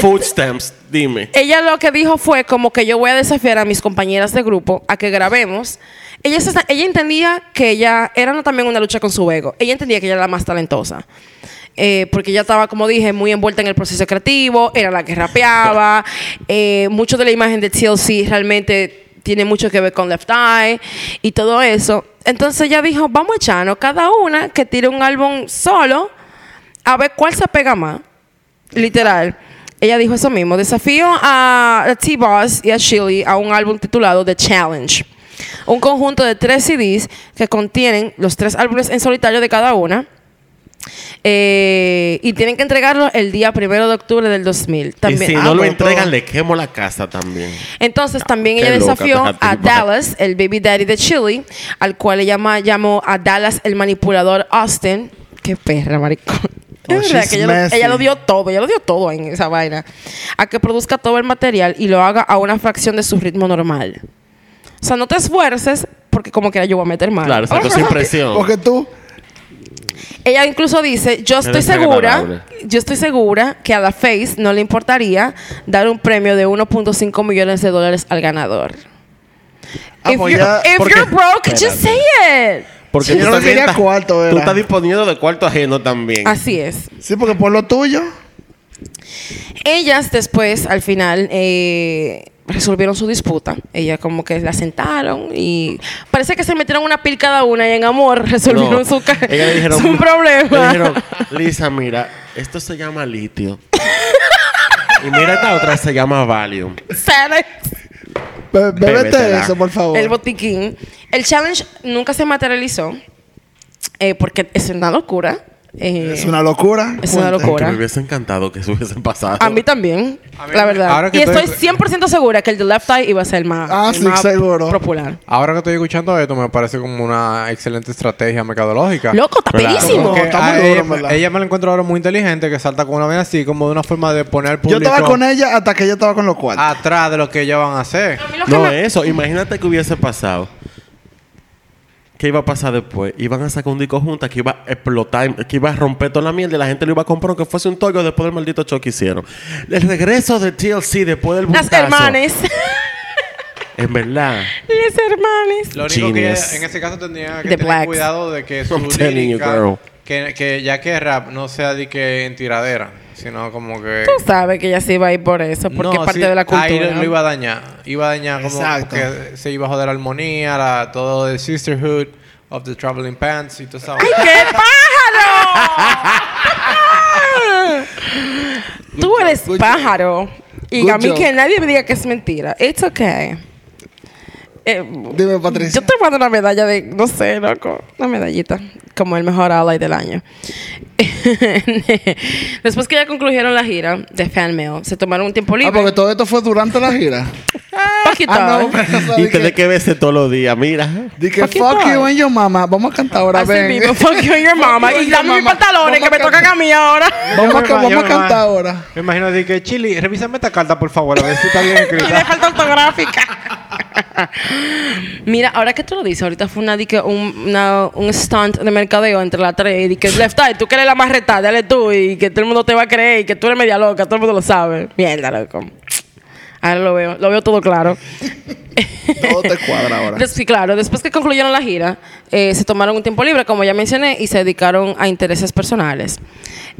Food stamps, dime. ella lo que dijo fue como que yo voy a desafiar a mis compañeras de grupo a que grabemos. Ella, se- ella entendía que ella era también una lucha con su ego. Ella entendía que ella era la más talentosa. Eh, porque ella estaba, como dije, muy envuelta en el proceso creativo, era la que rapeaba. Eh, mucho de la imagen de TLC realmente tiene mucho que ver con Left Eye y todo eso. Entonces ella dijo, vamos a echarnos cada una que tire un álbum solo a ver cuál se pega más. Literal. Ella dijo eso mismo. Desafío a a T-Boss y a Chili a un álbum titulado The Challenge. Un conjunto de tres CDs que contienen los tres álbumes en solitario de cada una. Eh, y tienen que entregarlo el día primero de octubre del 2000. También. y si Ah, no lo pues, entregan, todo. le quemo la casa también. Entonces también qué ella loca, desafió tajativa. a Dallas, el baby daddy de Chile, al cual ella llama- llamó a Dallas el manipulador Austin. Qué perra, maricón. Oh, Es verdad she's que ella, lo- messy. ella lo dio todo, ella lo dio todo en esa vaina. A que produzca todo el material y lo haga a una fracción de su ritmo normal. O sea, no te esfuerces porque como quiera yo voy a meter mal. <laughs> Claro, sacó su impresión. Porque tú, Ella incluso dice, yo estoy desagradable. segura, yo estoy segura que a la Face no le importaría dar un premio de 1.5 millones de dólares al ganador. Ah, if pues you're, ya- if porque- you're broke, just say it. Porque tú Sí, yo no también quería estás- cuarto, Tú era. estás disponiendo de cuarto ajeno también. Así es. sí, porque por lo tuyo, Ellas después, al final, eh, resolvieron su disputa. Ella como que la sentaron y parece que se metieron una pil cada una y en amor <laughs> resolvieron No. su, ca- Ella le dijeron- <laughs> su Le problema. <laughs> dijeron, Lisa, mira, esto se llama litio. y mira esta otra se llama Valium. Sale be- bébete Bébetela. eso, por favor. el botiquín. El challenge nunca se materializó eh, porque es una locura. Eh, Es una locura. es una Cuente. Que locura. me hubiese encantado que eso hubiese pasado. A mí también, A mí la me- verdad. ahora que Y estoy- estoy 100% segura que el de Left Eye iba a ser el más, Ah, el sí, más seguro. popular. Ahora que estoy escuchando esto, me parece como una excelente estrategia mercadológica. Loco, está Claro. pedísimo. Como que- Porque a Está muy duro, ella, en verdad. ella me la encuentro ahora muy inteligente, que salta con una vez así, como de una forma de poner al Yo público estaba con ella hasta que ella estaba con los cuartos. Ah. atrás de lo que ellas van a hacer. A mí lo que No, me- eso. Imagínate que hubiese pasado. ¿Qué iba a pasar después? Iban a sacar un disco juntas que iba a explotar, que iba a romper toda la mierda y la gente lo iba a comprar aunque fuese un toyo después del maldito show que hicieron. El regreso de TLC después del Las butazo. hermanes. <laughs> En verdad. Las hermanes. Lo único que Genius. ella, en ese caso tendría que The tener Blacks. cuidado de que su I'm telling you, lírica, girl. que, que ya que rap no sea de que en tiradera, sino como que Tú sabes que ella se iba a ir por eso, porque No, es parte sí, de la cultura. Ahí lo, lo iba a dañar, iba a dañar como Exacto. que se iba a joder la armonía, la, todo de sisterhood of the traveling pants y todo eso. ¡Ay, qué pájaro! Tú eres pájaro. Y Good a mí job. que nadie me diga que es mentira. It's okay. Eh, Dime, Patricia. Yo te mando una medalla de, no sé, loco, una medallita, como el mejor ally del año. <laughs> Después que ya concluyeron la gira de Fan Mail, se tomaron un tiempo Ah, libre. porque todo esto fue durante la gira. <laughs> Poquito. Ah, no, <laughs> pero, o sea, Y di tenés que, que verse todos los días, mira. di que Fuck you, fuck you boy. and your mama. Vamos a cantar ahora, Así ven. mismo, fuck you and your mama. you and y your dame mis mama. pantalones que Vamos me a tocan a mí ahora. <laughs> Vamos Yo a, me vamos a imagino- cantar ahora. Me imagino de que, Chili, revísame esta carta, por favor, a ver si está bien y le escrita. falta autográfica. Mira, ahora que tú lo dices, ahorita fue una, di que un, una- un stunt de mercadeo entre las tres. di que left eye, tú que eres la más retada, dale tú. Y que todo el mundo te va a creer. Y que tú eres media loca, todo el mundo lo sabe. Mierda, loco. Ahora lo veo, lo veo todo claro. Todo te cuadra ahora. Des- sí, claro. Después que concluyeron la gira, eh, se tomaron un tiempo libre, como ya mencioné, y se dedicaron a intereses personales.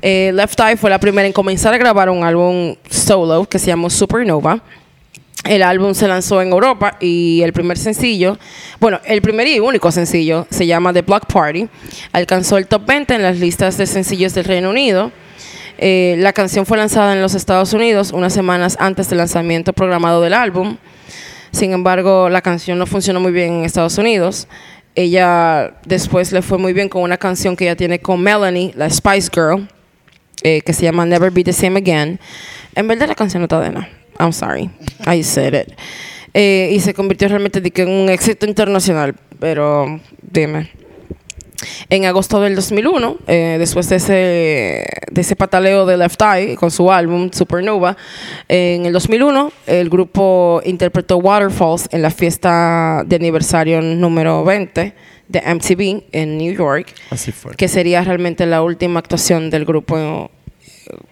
Eh, Left Eye fue la primera en comenzar a grabar un álbum solo que se llamó Supernova. El álbum se lanzó en Europa y el primer sencillo, bueno, el primer y único sencillo se llama The Block Party. Alcanzó el top 20 en las listas de sencillos del Reino Unido. Eh, la canción fue lanzada en los Estados Unidos unas semanas antes del lanzamiento programado del álbum. Sin embargo, la canción no funcionó muy bien en Estados Unidos. Ella después le fue muy bien con una canción que ella tiene con Melanie, la Spice Girl, eh, que se llama Never Be the Same Again. En verdad, la canción no está de nada. I'm sorry. I said it. Eh, y se convirtió realmente de que en un éxito internacional. Pero dime. En agosto del 2001, eh, después de ese, de ese pataleo de Left Eye con su álbum Supernova, en el 2001 el grupo interpretó Waterfalls en la fiesta de aniversario número 20 de MTV en New York, Así fue. que sería realmente la última actuación del grupo eh,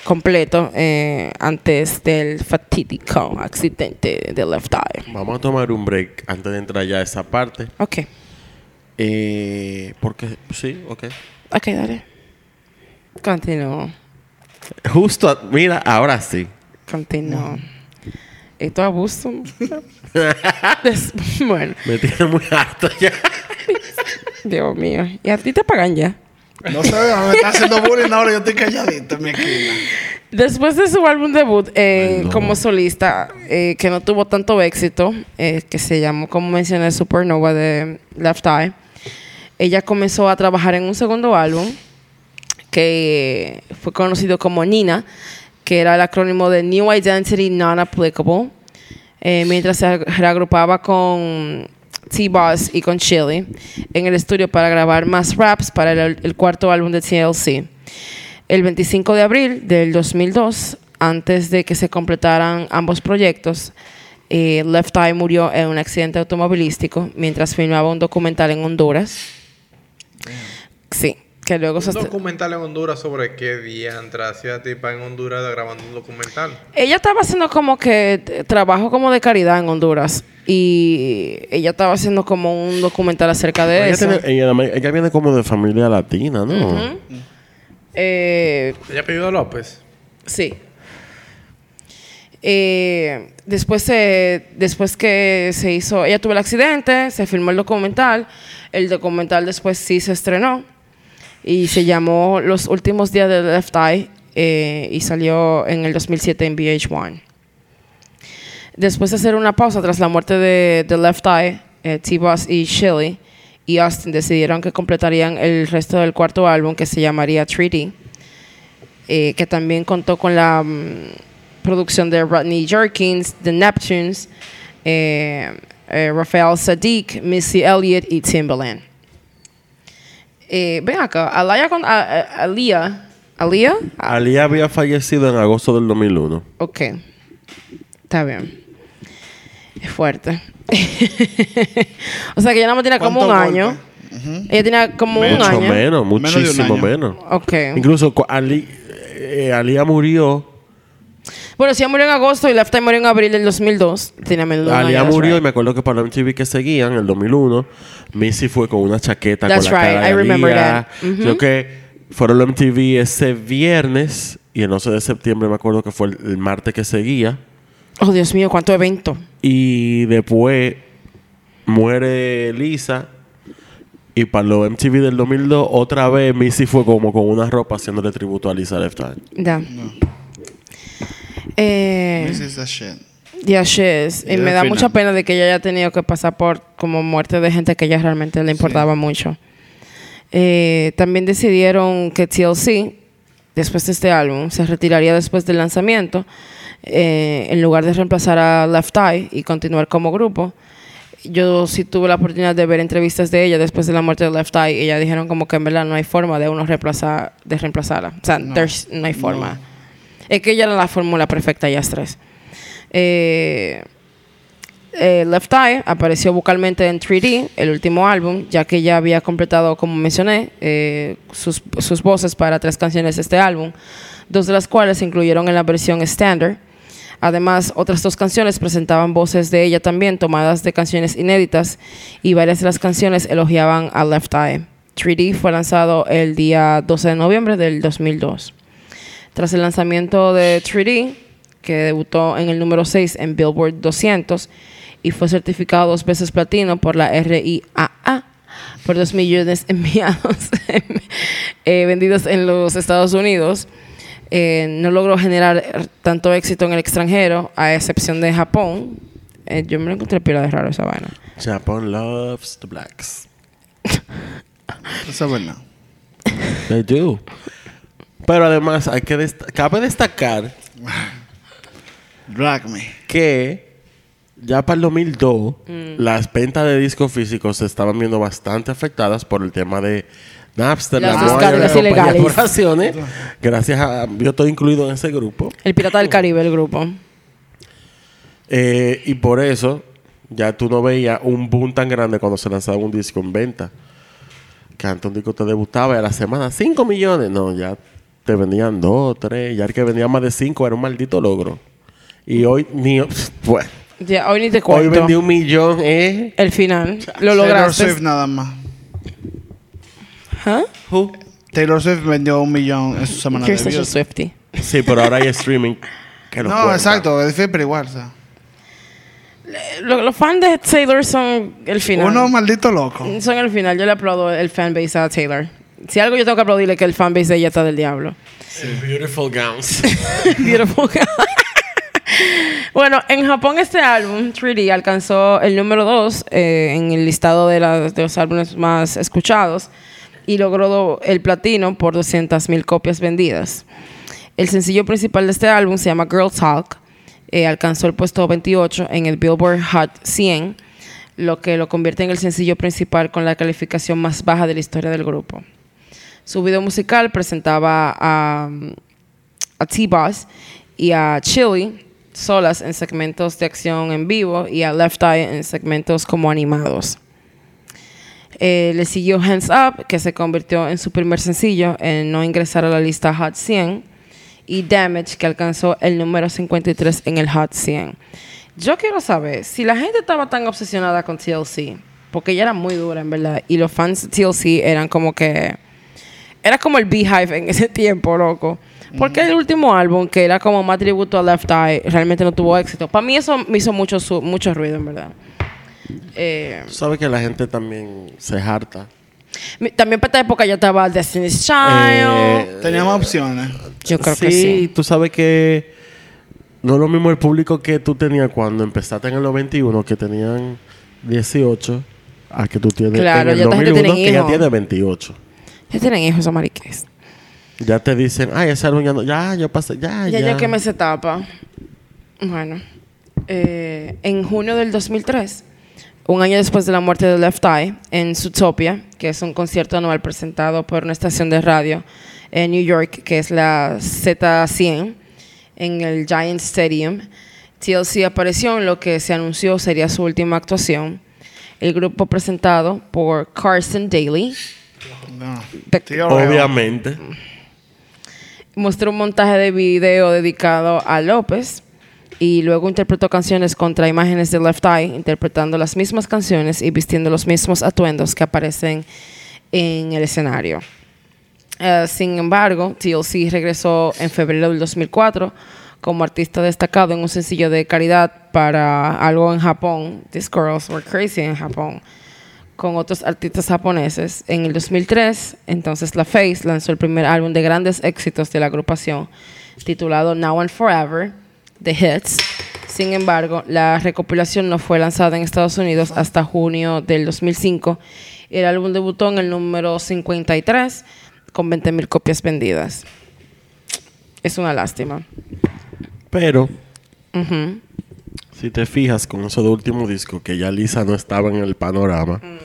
completo eh, antes del fatídico accidente de Left Eye. Vamos a tomar un break antes de entrar ya a esa parte. Ok, Eh, porque, sí, ok. ok, dale. Continúo. Justo, a- mira, ahora sí. Continúo. Eh, Esto es abuso. Des- bueno, Me tiene muy harto ya. Dios mío. Y a ti te pagan ya. No sé, me está haciendo bullying ahora. Yo estoy calladito en mi esquina. Después de su álbum debut eh, como solista, eh, que no tuvo tanto éxito, eh, que se llamó, como mencioné, Supernova de Left Eye, ella comenzó a trabajar en un segundo álbum que fue conocido como Nina, que era el acrónimo de New Identity Non-Applicable, eh, mientras se ag- reagrupaba con T-Boss y con Chili en el estudio para grabar más raps para el, el cuarto álbum de TLC. El 25 de abril del 2002, antes de que se completaran ambos proyectos, eh, Left Eye murió en un accidente automovilístico mientras filmaba un documental en Honduras. Sí, que luego... Un soste- documental en Honduras sobre qué diantra hacía tipa en Honduras grabando un documental. Ella estaba haciendo como que eh, trabajo como de caridad en Honduras y ella estaba haciendo como un documental acerca de Ella, eso. tiene- ella- ella viene como de familia latina, ¿no? Eh, Ella pidió a López. sí. Eh, después, se- después que se hizo, ella tuvo el accidente, se filmó el documental, el documental después sí se estrenó y se llamó Los últimos días de Left Eye eh, y salió en el 2007 en VH1. Después de hacer una pausa tras la muerte de, de Left Eye, eh, T-Boss y Shelley y Austin decidieron que completarían el resto del cuarto álbum que se llamaría Treaty, eh, que también contó con la mm, producción de Rodney Jerkins, The Neptunes, eh, eh, Rafael Sadiq, Missy Elliott y Timbaland. Eh, ven acá, Alaya con, a- a- Alia. Alia? Alía había fallecido en agosto del 2001. Ok. Está bien. Es fuerte. <laughs> o sea que ella nada más tiene como un ¿Cuánto golpe? año. Ella tenía como un Mucho año. menos, Menos de un muchísimo año. menos. Ok. Incluso cu- Ali, eh, Alía murió. Bueno, si ella murió en agosto y Left Eye murió en abril del 2002, tenía menos de un Alía año, that's Ah, murió y right. me acuerdo que para la MTV que seguían en el 2001, Missy fue con una chaqueta That's con la right, cara de I remember Alía. that. Mhm. Yo que fueron los MTV ese viernes y el 11 de septiembre me acuerdo que fue el, el martes que seguía Oh, Dios mío, cuánto evento. y después muere Lisa y para los MTV del 2002 otra vez Missy fue como con una ropa haciéndole tributo a Lisa Left Eye. Ya. <laughs> Eh, This is the shit. Ya she is. Y Y me al da final. mucha pena de que ella haya tenido que pasar por como muerte de gente que ella realmente le importaba mucho. Eh, también decidieron que TLC, después de este álbum, se retiraría después del lanzamiento, eh, en lugar de reemplazar a Left Eye y continuar como grupo. Yo sí tuve la oportunidad de ver entrevistas de ella después de la muerte de Left Eye y ella dijeron como que en verdad no hay forma de uno reemplazar, de reemplazarla. O sea, there's- no hay forma. Es que ella era la fórmula perfecta, ellas tres. Eh, eh, Left Eye apareció vocalmente en 3D, el último álbum, ya que ya había completado, como mencioné, eh, sus, sus voces para tres canciones de este álbum, dos de las cuales se incluyeron en la versión standard. Además, otras dos canciones presentaban voces de ella también, tomadas de canciones inéditas, y varias de las canciones elogiaban a Left Eye. 3D fue lanzado el día 12 de noviembre del 2002. Tras el lanzamiento de 3D, que debutó en el número 6 en Billboard 200 y fue certificado dos veces platino por la RIAA por 2 millones <laughs> enviados, eh, vendidos en los Estados Unidos, eh, no logró generar tanto éxito en el extranjero, a excepción de Japón. Eh, yo me lo encontré pila de raro esa vaina. Japan loves the blacks. Eso es verdad. They do. Pero además, hay que dest- cabe destacar Drag me. que ya para el 2002 las ventas de discos físicos se estaban viendo bastante afectadas por el tema de Napster, Los LimeWire, descargas las compañías ilegales. corporaciones. Gracias a yo estoy incluido en ese grupo El Pirata del Caribe, el grupo. Eh, y por eso ya tú no veías un boom tan grande cuando se lanzaba un disco en venta. Que antes un disco te debutaba y a la semana 5 millones. No, ya te vendían 2, 3. Ya el que vendía más de 5 era un maldito logro. Y hoy ni... Bueno, Ya, hoy ni te hoy cuento. vendí un millón, ¿eh? El final. Lo Taylor lograste. Swift nada más. ¿Ah? Taylor Swift vendió un millón en su semana de You're such a views. Swiftie. Sí, pero ahora hay streaming. que lo No, cuenta. exacto. Es pero igual. O sea. Lo- los fans de Taylor son el final. Uno maldito loco. Son el final. Yo le aplaudo el fanbase a Taylor. Si algo yo tengo que aplaudirle es que el fanbase de ella está del diablo. Beautiful gowns. Beautiful. bueno, en Japón este álbum, 3D, alcanzó el número 2 en el listado de, la- de los álbumes más escuchados y logró do- el platino por 200.000 copias vendidas. El sencillo principal de este álbum se llama Girl Talk. eh, alcanzó el puesto 28 en el Billboard Hot 100, lo que lo convierte en el sencillo principal con la calificación más baja de la historia del grupo. Su video musical presentaba a, a T-Boss y a Chili solas en segmentos de acción en vivo y a Left Eye en segmentos como animados. Eh, le siguió Hands Up, que se convirtió en su primer sencillo en no ingresar a la lista Hot 100, y Damage, que alcanzó el número 53 en el Hot 100. Yo quiero saber si la gente estaba tan obsesionada con TLC, porque ella era muy dura, en verdad, y los fans de TLC eran como que. Era como el Beehive en ese <laughs> tiempo, loco. Porque el último álbum, que era como más tributo a Left Eye, realmente no tuvo éxito. Para mí eso me hizo mucho, su- mucho ruido, en verdad. Eh, Sabes que la gente también se harta. mi- También para esta época ya estaba Destiny's Child. Eh, Teníamos opciones. Yo creo que sí. tú sabes que no es lo mismo el público que tú tenías cuando empezaste en el 91, que tenían 18, a que tú tienes Claro, en el ya esta gente 2001, tiene que ya hijos. tiene 28. Ya tienen hijos a mariques. Ya te dicen, ay, ese álbum ya no- ya, yo pasé, ya, Ya, Ah, ya. ya que me se tapa. Bueno. Eh, en junio del 2003, un año después de la muerte de Left Eye, en Zootopia, que es un concierto anual presentado por una estación de radio en New York, que es la Z100, en el Giant Stadium, TLC apareció en lo que se anunció sería su última actuación. El grupo presentado por Carson Daly, No. The- Tío, Obviamente. mostró un montaje de video dedicado a López y luego interpretó canciones contra imágenes de Left Eye, interpretando las mismas canciones y vistiendo los mismos atuendos que aparecen en el escenario. Eh, sin embargo, TLC regresó en febrero del 2004 como artista destacado en un sencillo de caridad para algo en Japón. These girls were crazy en Japón con otros artistas japoneses. En el 2003, entonces La Face lanzó el primer álbum de grandes éxitos de la agrupación, titulado Now and Forever, The Hits. Sin embargo, la recopilación no fue lanzada en Estados Unidos hasta junio del 2005. El álbum debutó en el número 53 con 20.000 copias vendidas. Es una lástima. Pero Ujú. si te fijas con eso de último disco, que ya Lisa no estaba en el panorama, Mm.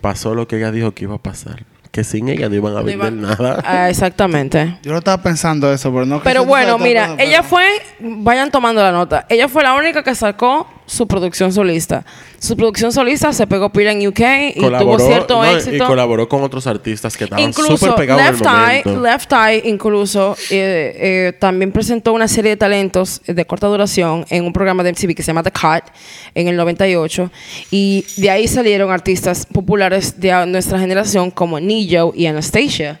pasó lo que ella dijo que iba a pasar. Que sin ella no iban a vender iban- nada. Ah, exactamente. Yo lo estaba pensando eso, pero no. Pero quise bueno, estar de mira, acuerdo, ella pero- fue, vayan tomando la nota, ella fue la única que sacó su producción solista. Su producción solista se pegó pila en UK y tuvo cierto no, y- éxito. Y colaboró con otros artistas que estaban súper Incluso pegados en el Left Eye, momento. Left Eye incluso eh, eh, también presentó una serie de talentos de corta duración en un programa de MTV que se llama The Cut en el 98 y de ahí salieron artistas populares de a- nuestra generación como Nijo y Anastasia.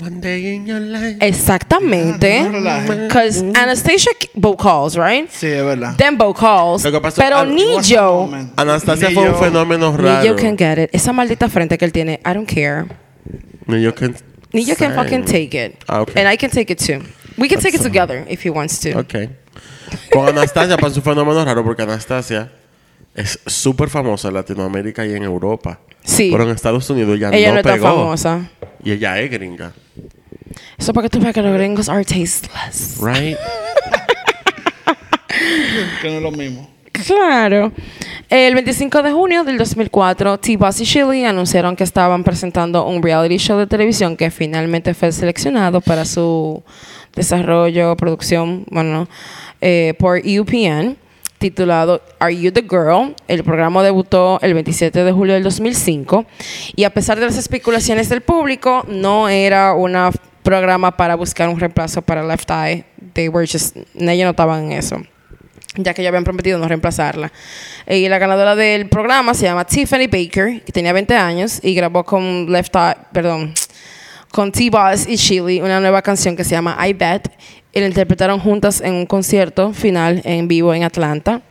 One day in your life. Exactamente. Ah, no relajes. Because Anastasia k- vocals, right? Sí, es verdad. Then vocals. Lo que pasó- Pero al- What's the Nijo, moment? Anastasia Ni fue yo. un fenómeno raro. Nijo can get it. Esa maldita frente que él tiene, I don't care. Ni yo can- Nijo can Same. fucking take it. Ah, okay. And I can take it too. We can take it together if he wants to. Ok. Con Anastasia pasó un fenómeno raro porque Anastasia es súper famosa en Latinoamérica y en Europa. Sí. Pero en Estados Unidos ya Ella no, no, es tan pegó. famosa. Y ella es gringa. Eso para que tú veas que los gringos are tasteless. <laughs> Right? Que no es lo mismo. Claro. El 25 de junio del 2004, T-Boss y Shilly anunciaron que estaban presentando un reality show de televisión que finalmente fue seleccionado para su desarrollo, producción, bueno, eh, por UPN, titulado Are You the Girl? El programa debutó el 27 de julio del 2005 y a pesar de las especulaciones del público, no era un programa para buscar un reemplazo para Left Eye. They were just, ellos no estaban en eso ya que ya habían prometido no reemplazarla. Eh, Y la ganadora del programa se llama Tiffany Baker, que tenía 20 años y grabó con Left Eye, perdón, con T-Boss y Chili una nueva canción que se llama I Bet. Y la interpretaron juntas en un concierto final en vivo en Atlanta.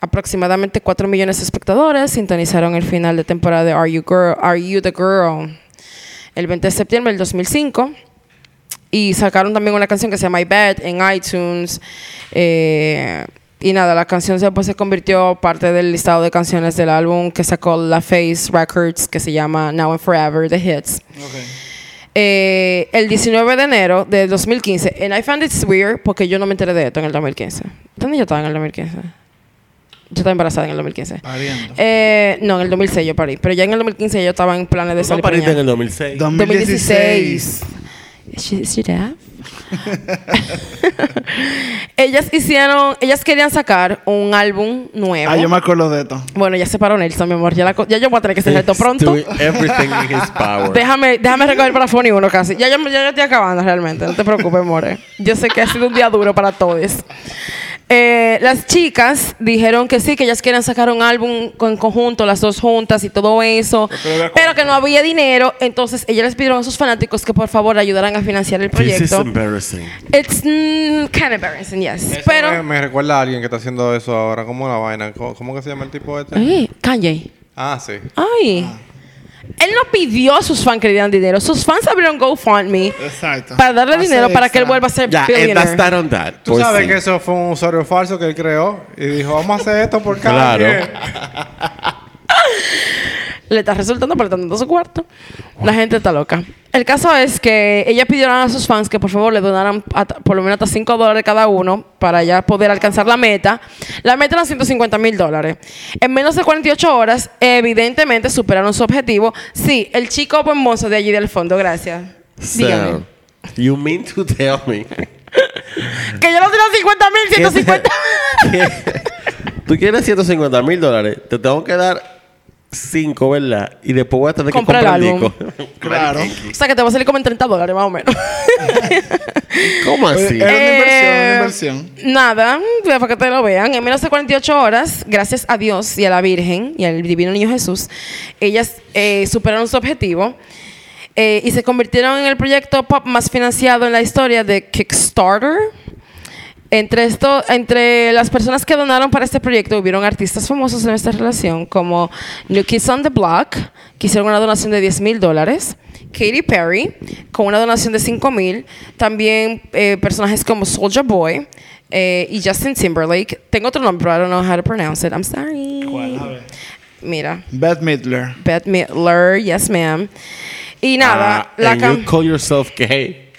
Aproximadamente 4 millones de espectadores sintonizaron el final de temporada de Are You, Girl, Are you the Girl el 20 de septiembre del 2005. Y sacaron también una canción que se llama I Bet en iTunes. Eh, y nada, la canción se, pues, se convirtió parte del listado de canciones del álbum que sacó La Face Records, que se llama Now and Forever, The Hits. Eh, el 19 de enero de 2015. And I found it weird porque yo no me enteré de esto en el 2015. ¿Dónde yo estaba en el 2015? Yo estaba embarazada en el 2015. Ah, Pariendo. Eh, no, en el 2006 yo parí. Pero ya en el 2015 yo estaba en planes de Eso salir pariste preñada. en el 2006. 2016. She- she deaf? <laughs> ellas hicieron, ellas querían sacar un álbum nuevo. Ah, yo me acuerdo de esto. Bueno, ya se paró Nelson, mi amor. Ya, la co- ya yo voy a tener que hacer esto He's pronto. doing everything in his <laughs> power. Déjame, déjame recoger para Fony uno casi. Ya yo, ya yo estoy acabando realmente. No te preocupes, more. Yo sé que ha sido un día duro para todos. Eh, las chicas dijeron que sí, que ellas querían sacar un álbum con- en conjunto, las dos juntas y todo eso, pero que no había dinero. Entonces, ellas les pidieron a sus fanáticos que por favor ayudaran a financiar el This is proyecto. embarrassing. It's mm, kind of embarrassing, yes. pero. me, me recuerda a alguien que está haciendo eso ahora. ¿Cómo la vaina? ¿Cómo, cómo que se llama el tipo este? Ay, Eh, Kanye. Ah, sí. Ay. Él no pidió a sus fans que le dieran dinero. Sus fans abrieron GoFundMe Exacto. para darle Hace dinero para que él extra. vuelva a ser Ya, and billionaire. that's that on that. Tú Pues sabes sí. que eso fue un usuario falso que él creó y dijo, vamos a hacer <laughs> esto por cada Claro. Le está resultando apretando su cuarto. La gente está loca. El caso es que ella pidieron a sus fans que por favor le donaran hasta- por lo menos hasta 5 dólares cada uno para ya poder alcanzar la meta. La meta eran 150 mil dólares. En menos de 48 horas, evidentemente superaron su objetivo. Sí, el chico buen mozo de allí del fondo, gracias. Dígame. So, you mean to tell <laughs> me Que yo no tengo 50 mil, <laughs> 150 que tú quieres 150 mil dólares, te tengo que dar 5, ¿verdad? Y después voy a tener Compra el que álbum. comprar el disco. <laughs> Claro. O sea que te va a salir como en 30 dólares más o menos. Eh, ¿Cómo así? Era una inversión, Eh, una inversión. Nada, para que te lo vean. En menos de 48 horas, gracias a Dios y a la Virgen y al Divino Niño Jesús, ellas eh, superaron su objetivo eh, y se convirtieron en el proyecto pop más financiado en la historia de Kickstarter. Entre, esto, entre las personas que donaron para este proyecto hubieron artistas famosos en esta relación como New Kids on the Block, que hicieron una donación de 10 mil dólares, Katy Perry, con una donación de 5 mil, también eh, personajes como Soldier Boy, eh, y Justin Timberlake. Tengo otro nombre, pero I don't know how to pronounce it. I'm sorry. ¿Cuál? A ver. Mira. Beth Midler. Beth Midler, yes ma'am. Y nada, Ah, la and you cam... call yourself gay.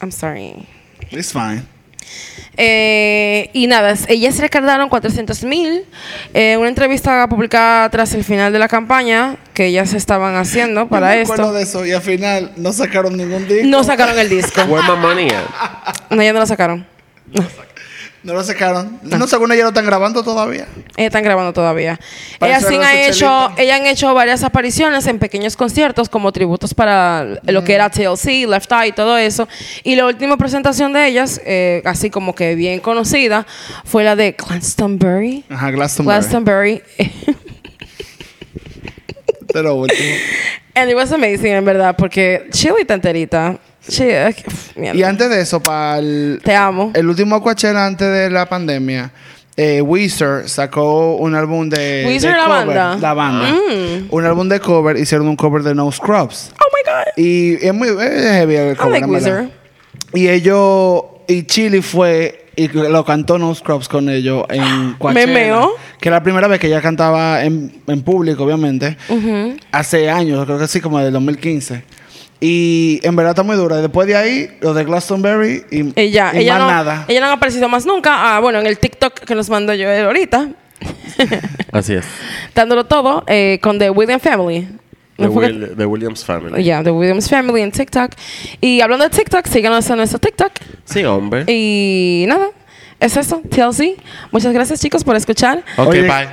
I'm sorry. It's fine. Eh, y nada, s- ellas recargaron 400 mil. Eh, una entrevista publicada tras el final de la campaña que ellas estaban haciendo para me acuerdo esto. de eso y al final no sacaron ningún disco. No sacaron el disco. Where my money at? <laughs> No, ya no lo sacaron. No lo sacaron. Ah. No, según ella lo están grabando todavía. Ellas están grabando todavía. Para Ellas, eso sí era han su hecho, chelita. ellas han hecho varias apariciones en pequeños conciertos como tributos para lo que Mm. era TLC, Left Eye, todo eso. Y la última presentación de ellas, eh, así como que bien conocida, fue la de Glastonbury. Ajá, Glastonbury. Glastonbury. <laughs> Te lo último. And it was amazing, en verdad, porque chilita enterita. Chi- ay, que- pf, mierda. Y antes de eso, para el, Te amo. el último Coachella antes de la pandemia, eh, Weezer sacó un álbum de. Weezer, de la cover. banda. Mm. La banda. Un álbum de cover, hicieron un cover de No Scrubs. Oh my God. Y es muy es heavy el I cover, like en verdad. Weezer. Y ellos, y Chili fue y lo cantó No Scrubs con ellos en Coachella. Memeo. Que era la primera vez que ella cantaba en, en público, obviamente. Hace años, creo que sí, como del 2015. Y en verdad está muy dura. Después de ahí, lo de Glastonbury y, Ella, y ella, más no, nada. ella no ha aparecido más nunca. Ah, bueno, en el TikTok que nos mandó yo ahorita, Así es. dándolo todo eh, con The Williams Family. The, ¿No fue que- Will- the Williams Family. Yeah, The Williams Family en TikTok. Y hablando de TikTok, síganos en nuestro TikTok. Sí, hombre. Y nada, es eso, TLC. Muchas gracias, chicos, por escuchar. Ok, Oye, bye.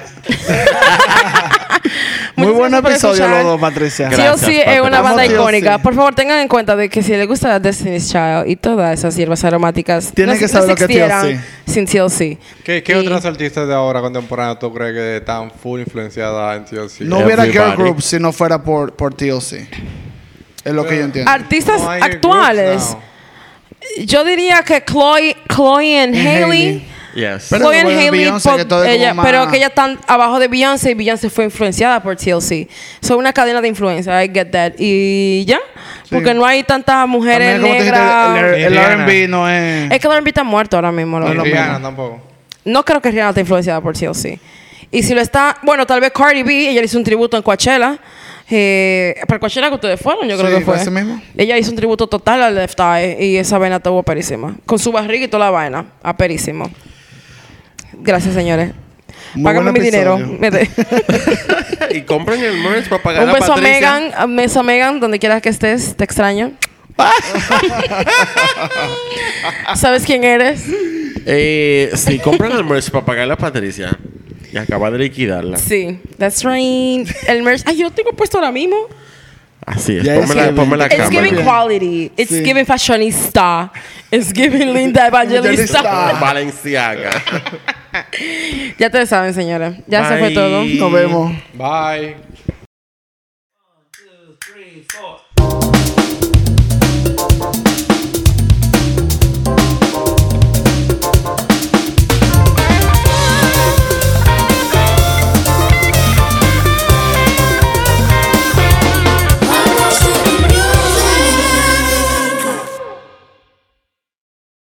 muy Muchas buen gracias por episodio, escuchar. los dos, Patricia. Gracias. sí o sí es Patricia. una banda Vamos, sí o icónica. sí. Por favor, tengan en cuenta de que si les gusta Destiny's Child y todas esas hierbas aromáticas, Tienen no- que no saber lo que es existieran TLC. Sin TLC. ¿Qué, qué Y- otras artistas de ahora contemporáneas tú crees que están full influenciadas en TLC? Eh, No hubiera girl Everybody. group si no fuera por, por TLC. Es lo que yo entiendo. Artistas No hay groups actuales. now. Yo diría que Chloe, Chloe and And Hailey. Hailey. Yes. Pero- Chloe and bueno, Hailey, Beyoncé, por- que todo es como ella- más- pero que ellas están abajo de Beyoncé y Beyoncé fue influenciada por TLC. Son una cadena de influencia, I get that. Y ya, porque no hay tantas mujeres También, como tú dijiste, negras. el, el Indiana. R&B no es... es que Darby está muerto ahora mismo. Ni loco. Rihanna tampoco. No creo que Rihanna esté influenciada por TLC. Y si lo está, bueno, tal vez Cardi B, ella le hizo un tributo en Coachella. Eh, para Coachella que ustedes fueron, yo creo Sí, que fue. fue ese mismo. Ella hizo un tributo total al Left Eye eh, y esa vaina estuvo perísima. Con su barriga y toda la vaina, a perísimo. Gracias, señores. Muy Págame buen mi dinero. <laughs> episodio. Me de- <laughs> y compren el merch para pagar un a beso a Patricia. Megan, un beso a Megan, donde quieras que estés, te <laughs> extraño. ¿Sabes quién eres? Eh, sí, compren el merch para pagarle a Patricia. Y acaba de liquidarla. Sí, that's right. El merch. Ay, yo lo tengo puesto ahora mismo. Así es. Ya Ponme la, es ponme la que- It's giving cámara. quality. It's Sí. giving fashionista. It's giving linda evangelista. Evangelista. Valenciaga. ya te saben, señora. Ya se fue Bye. todo. Nos vemos. Bye.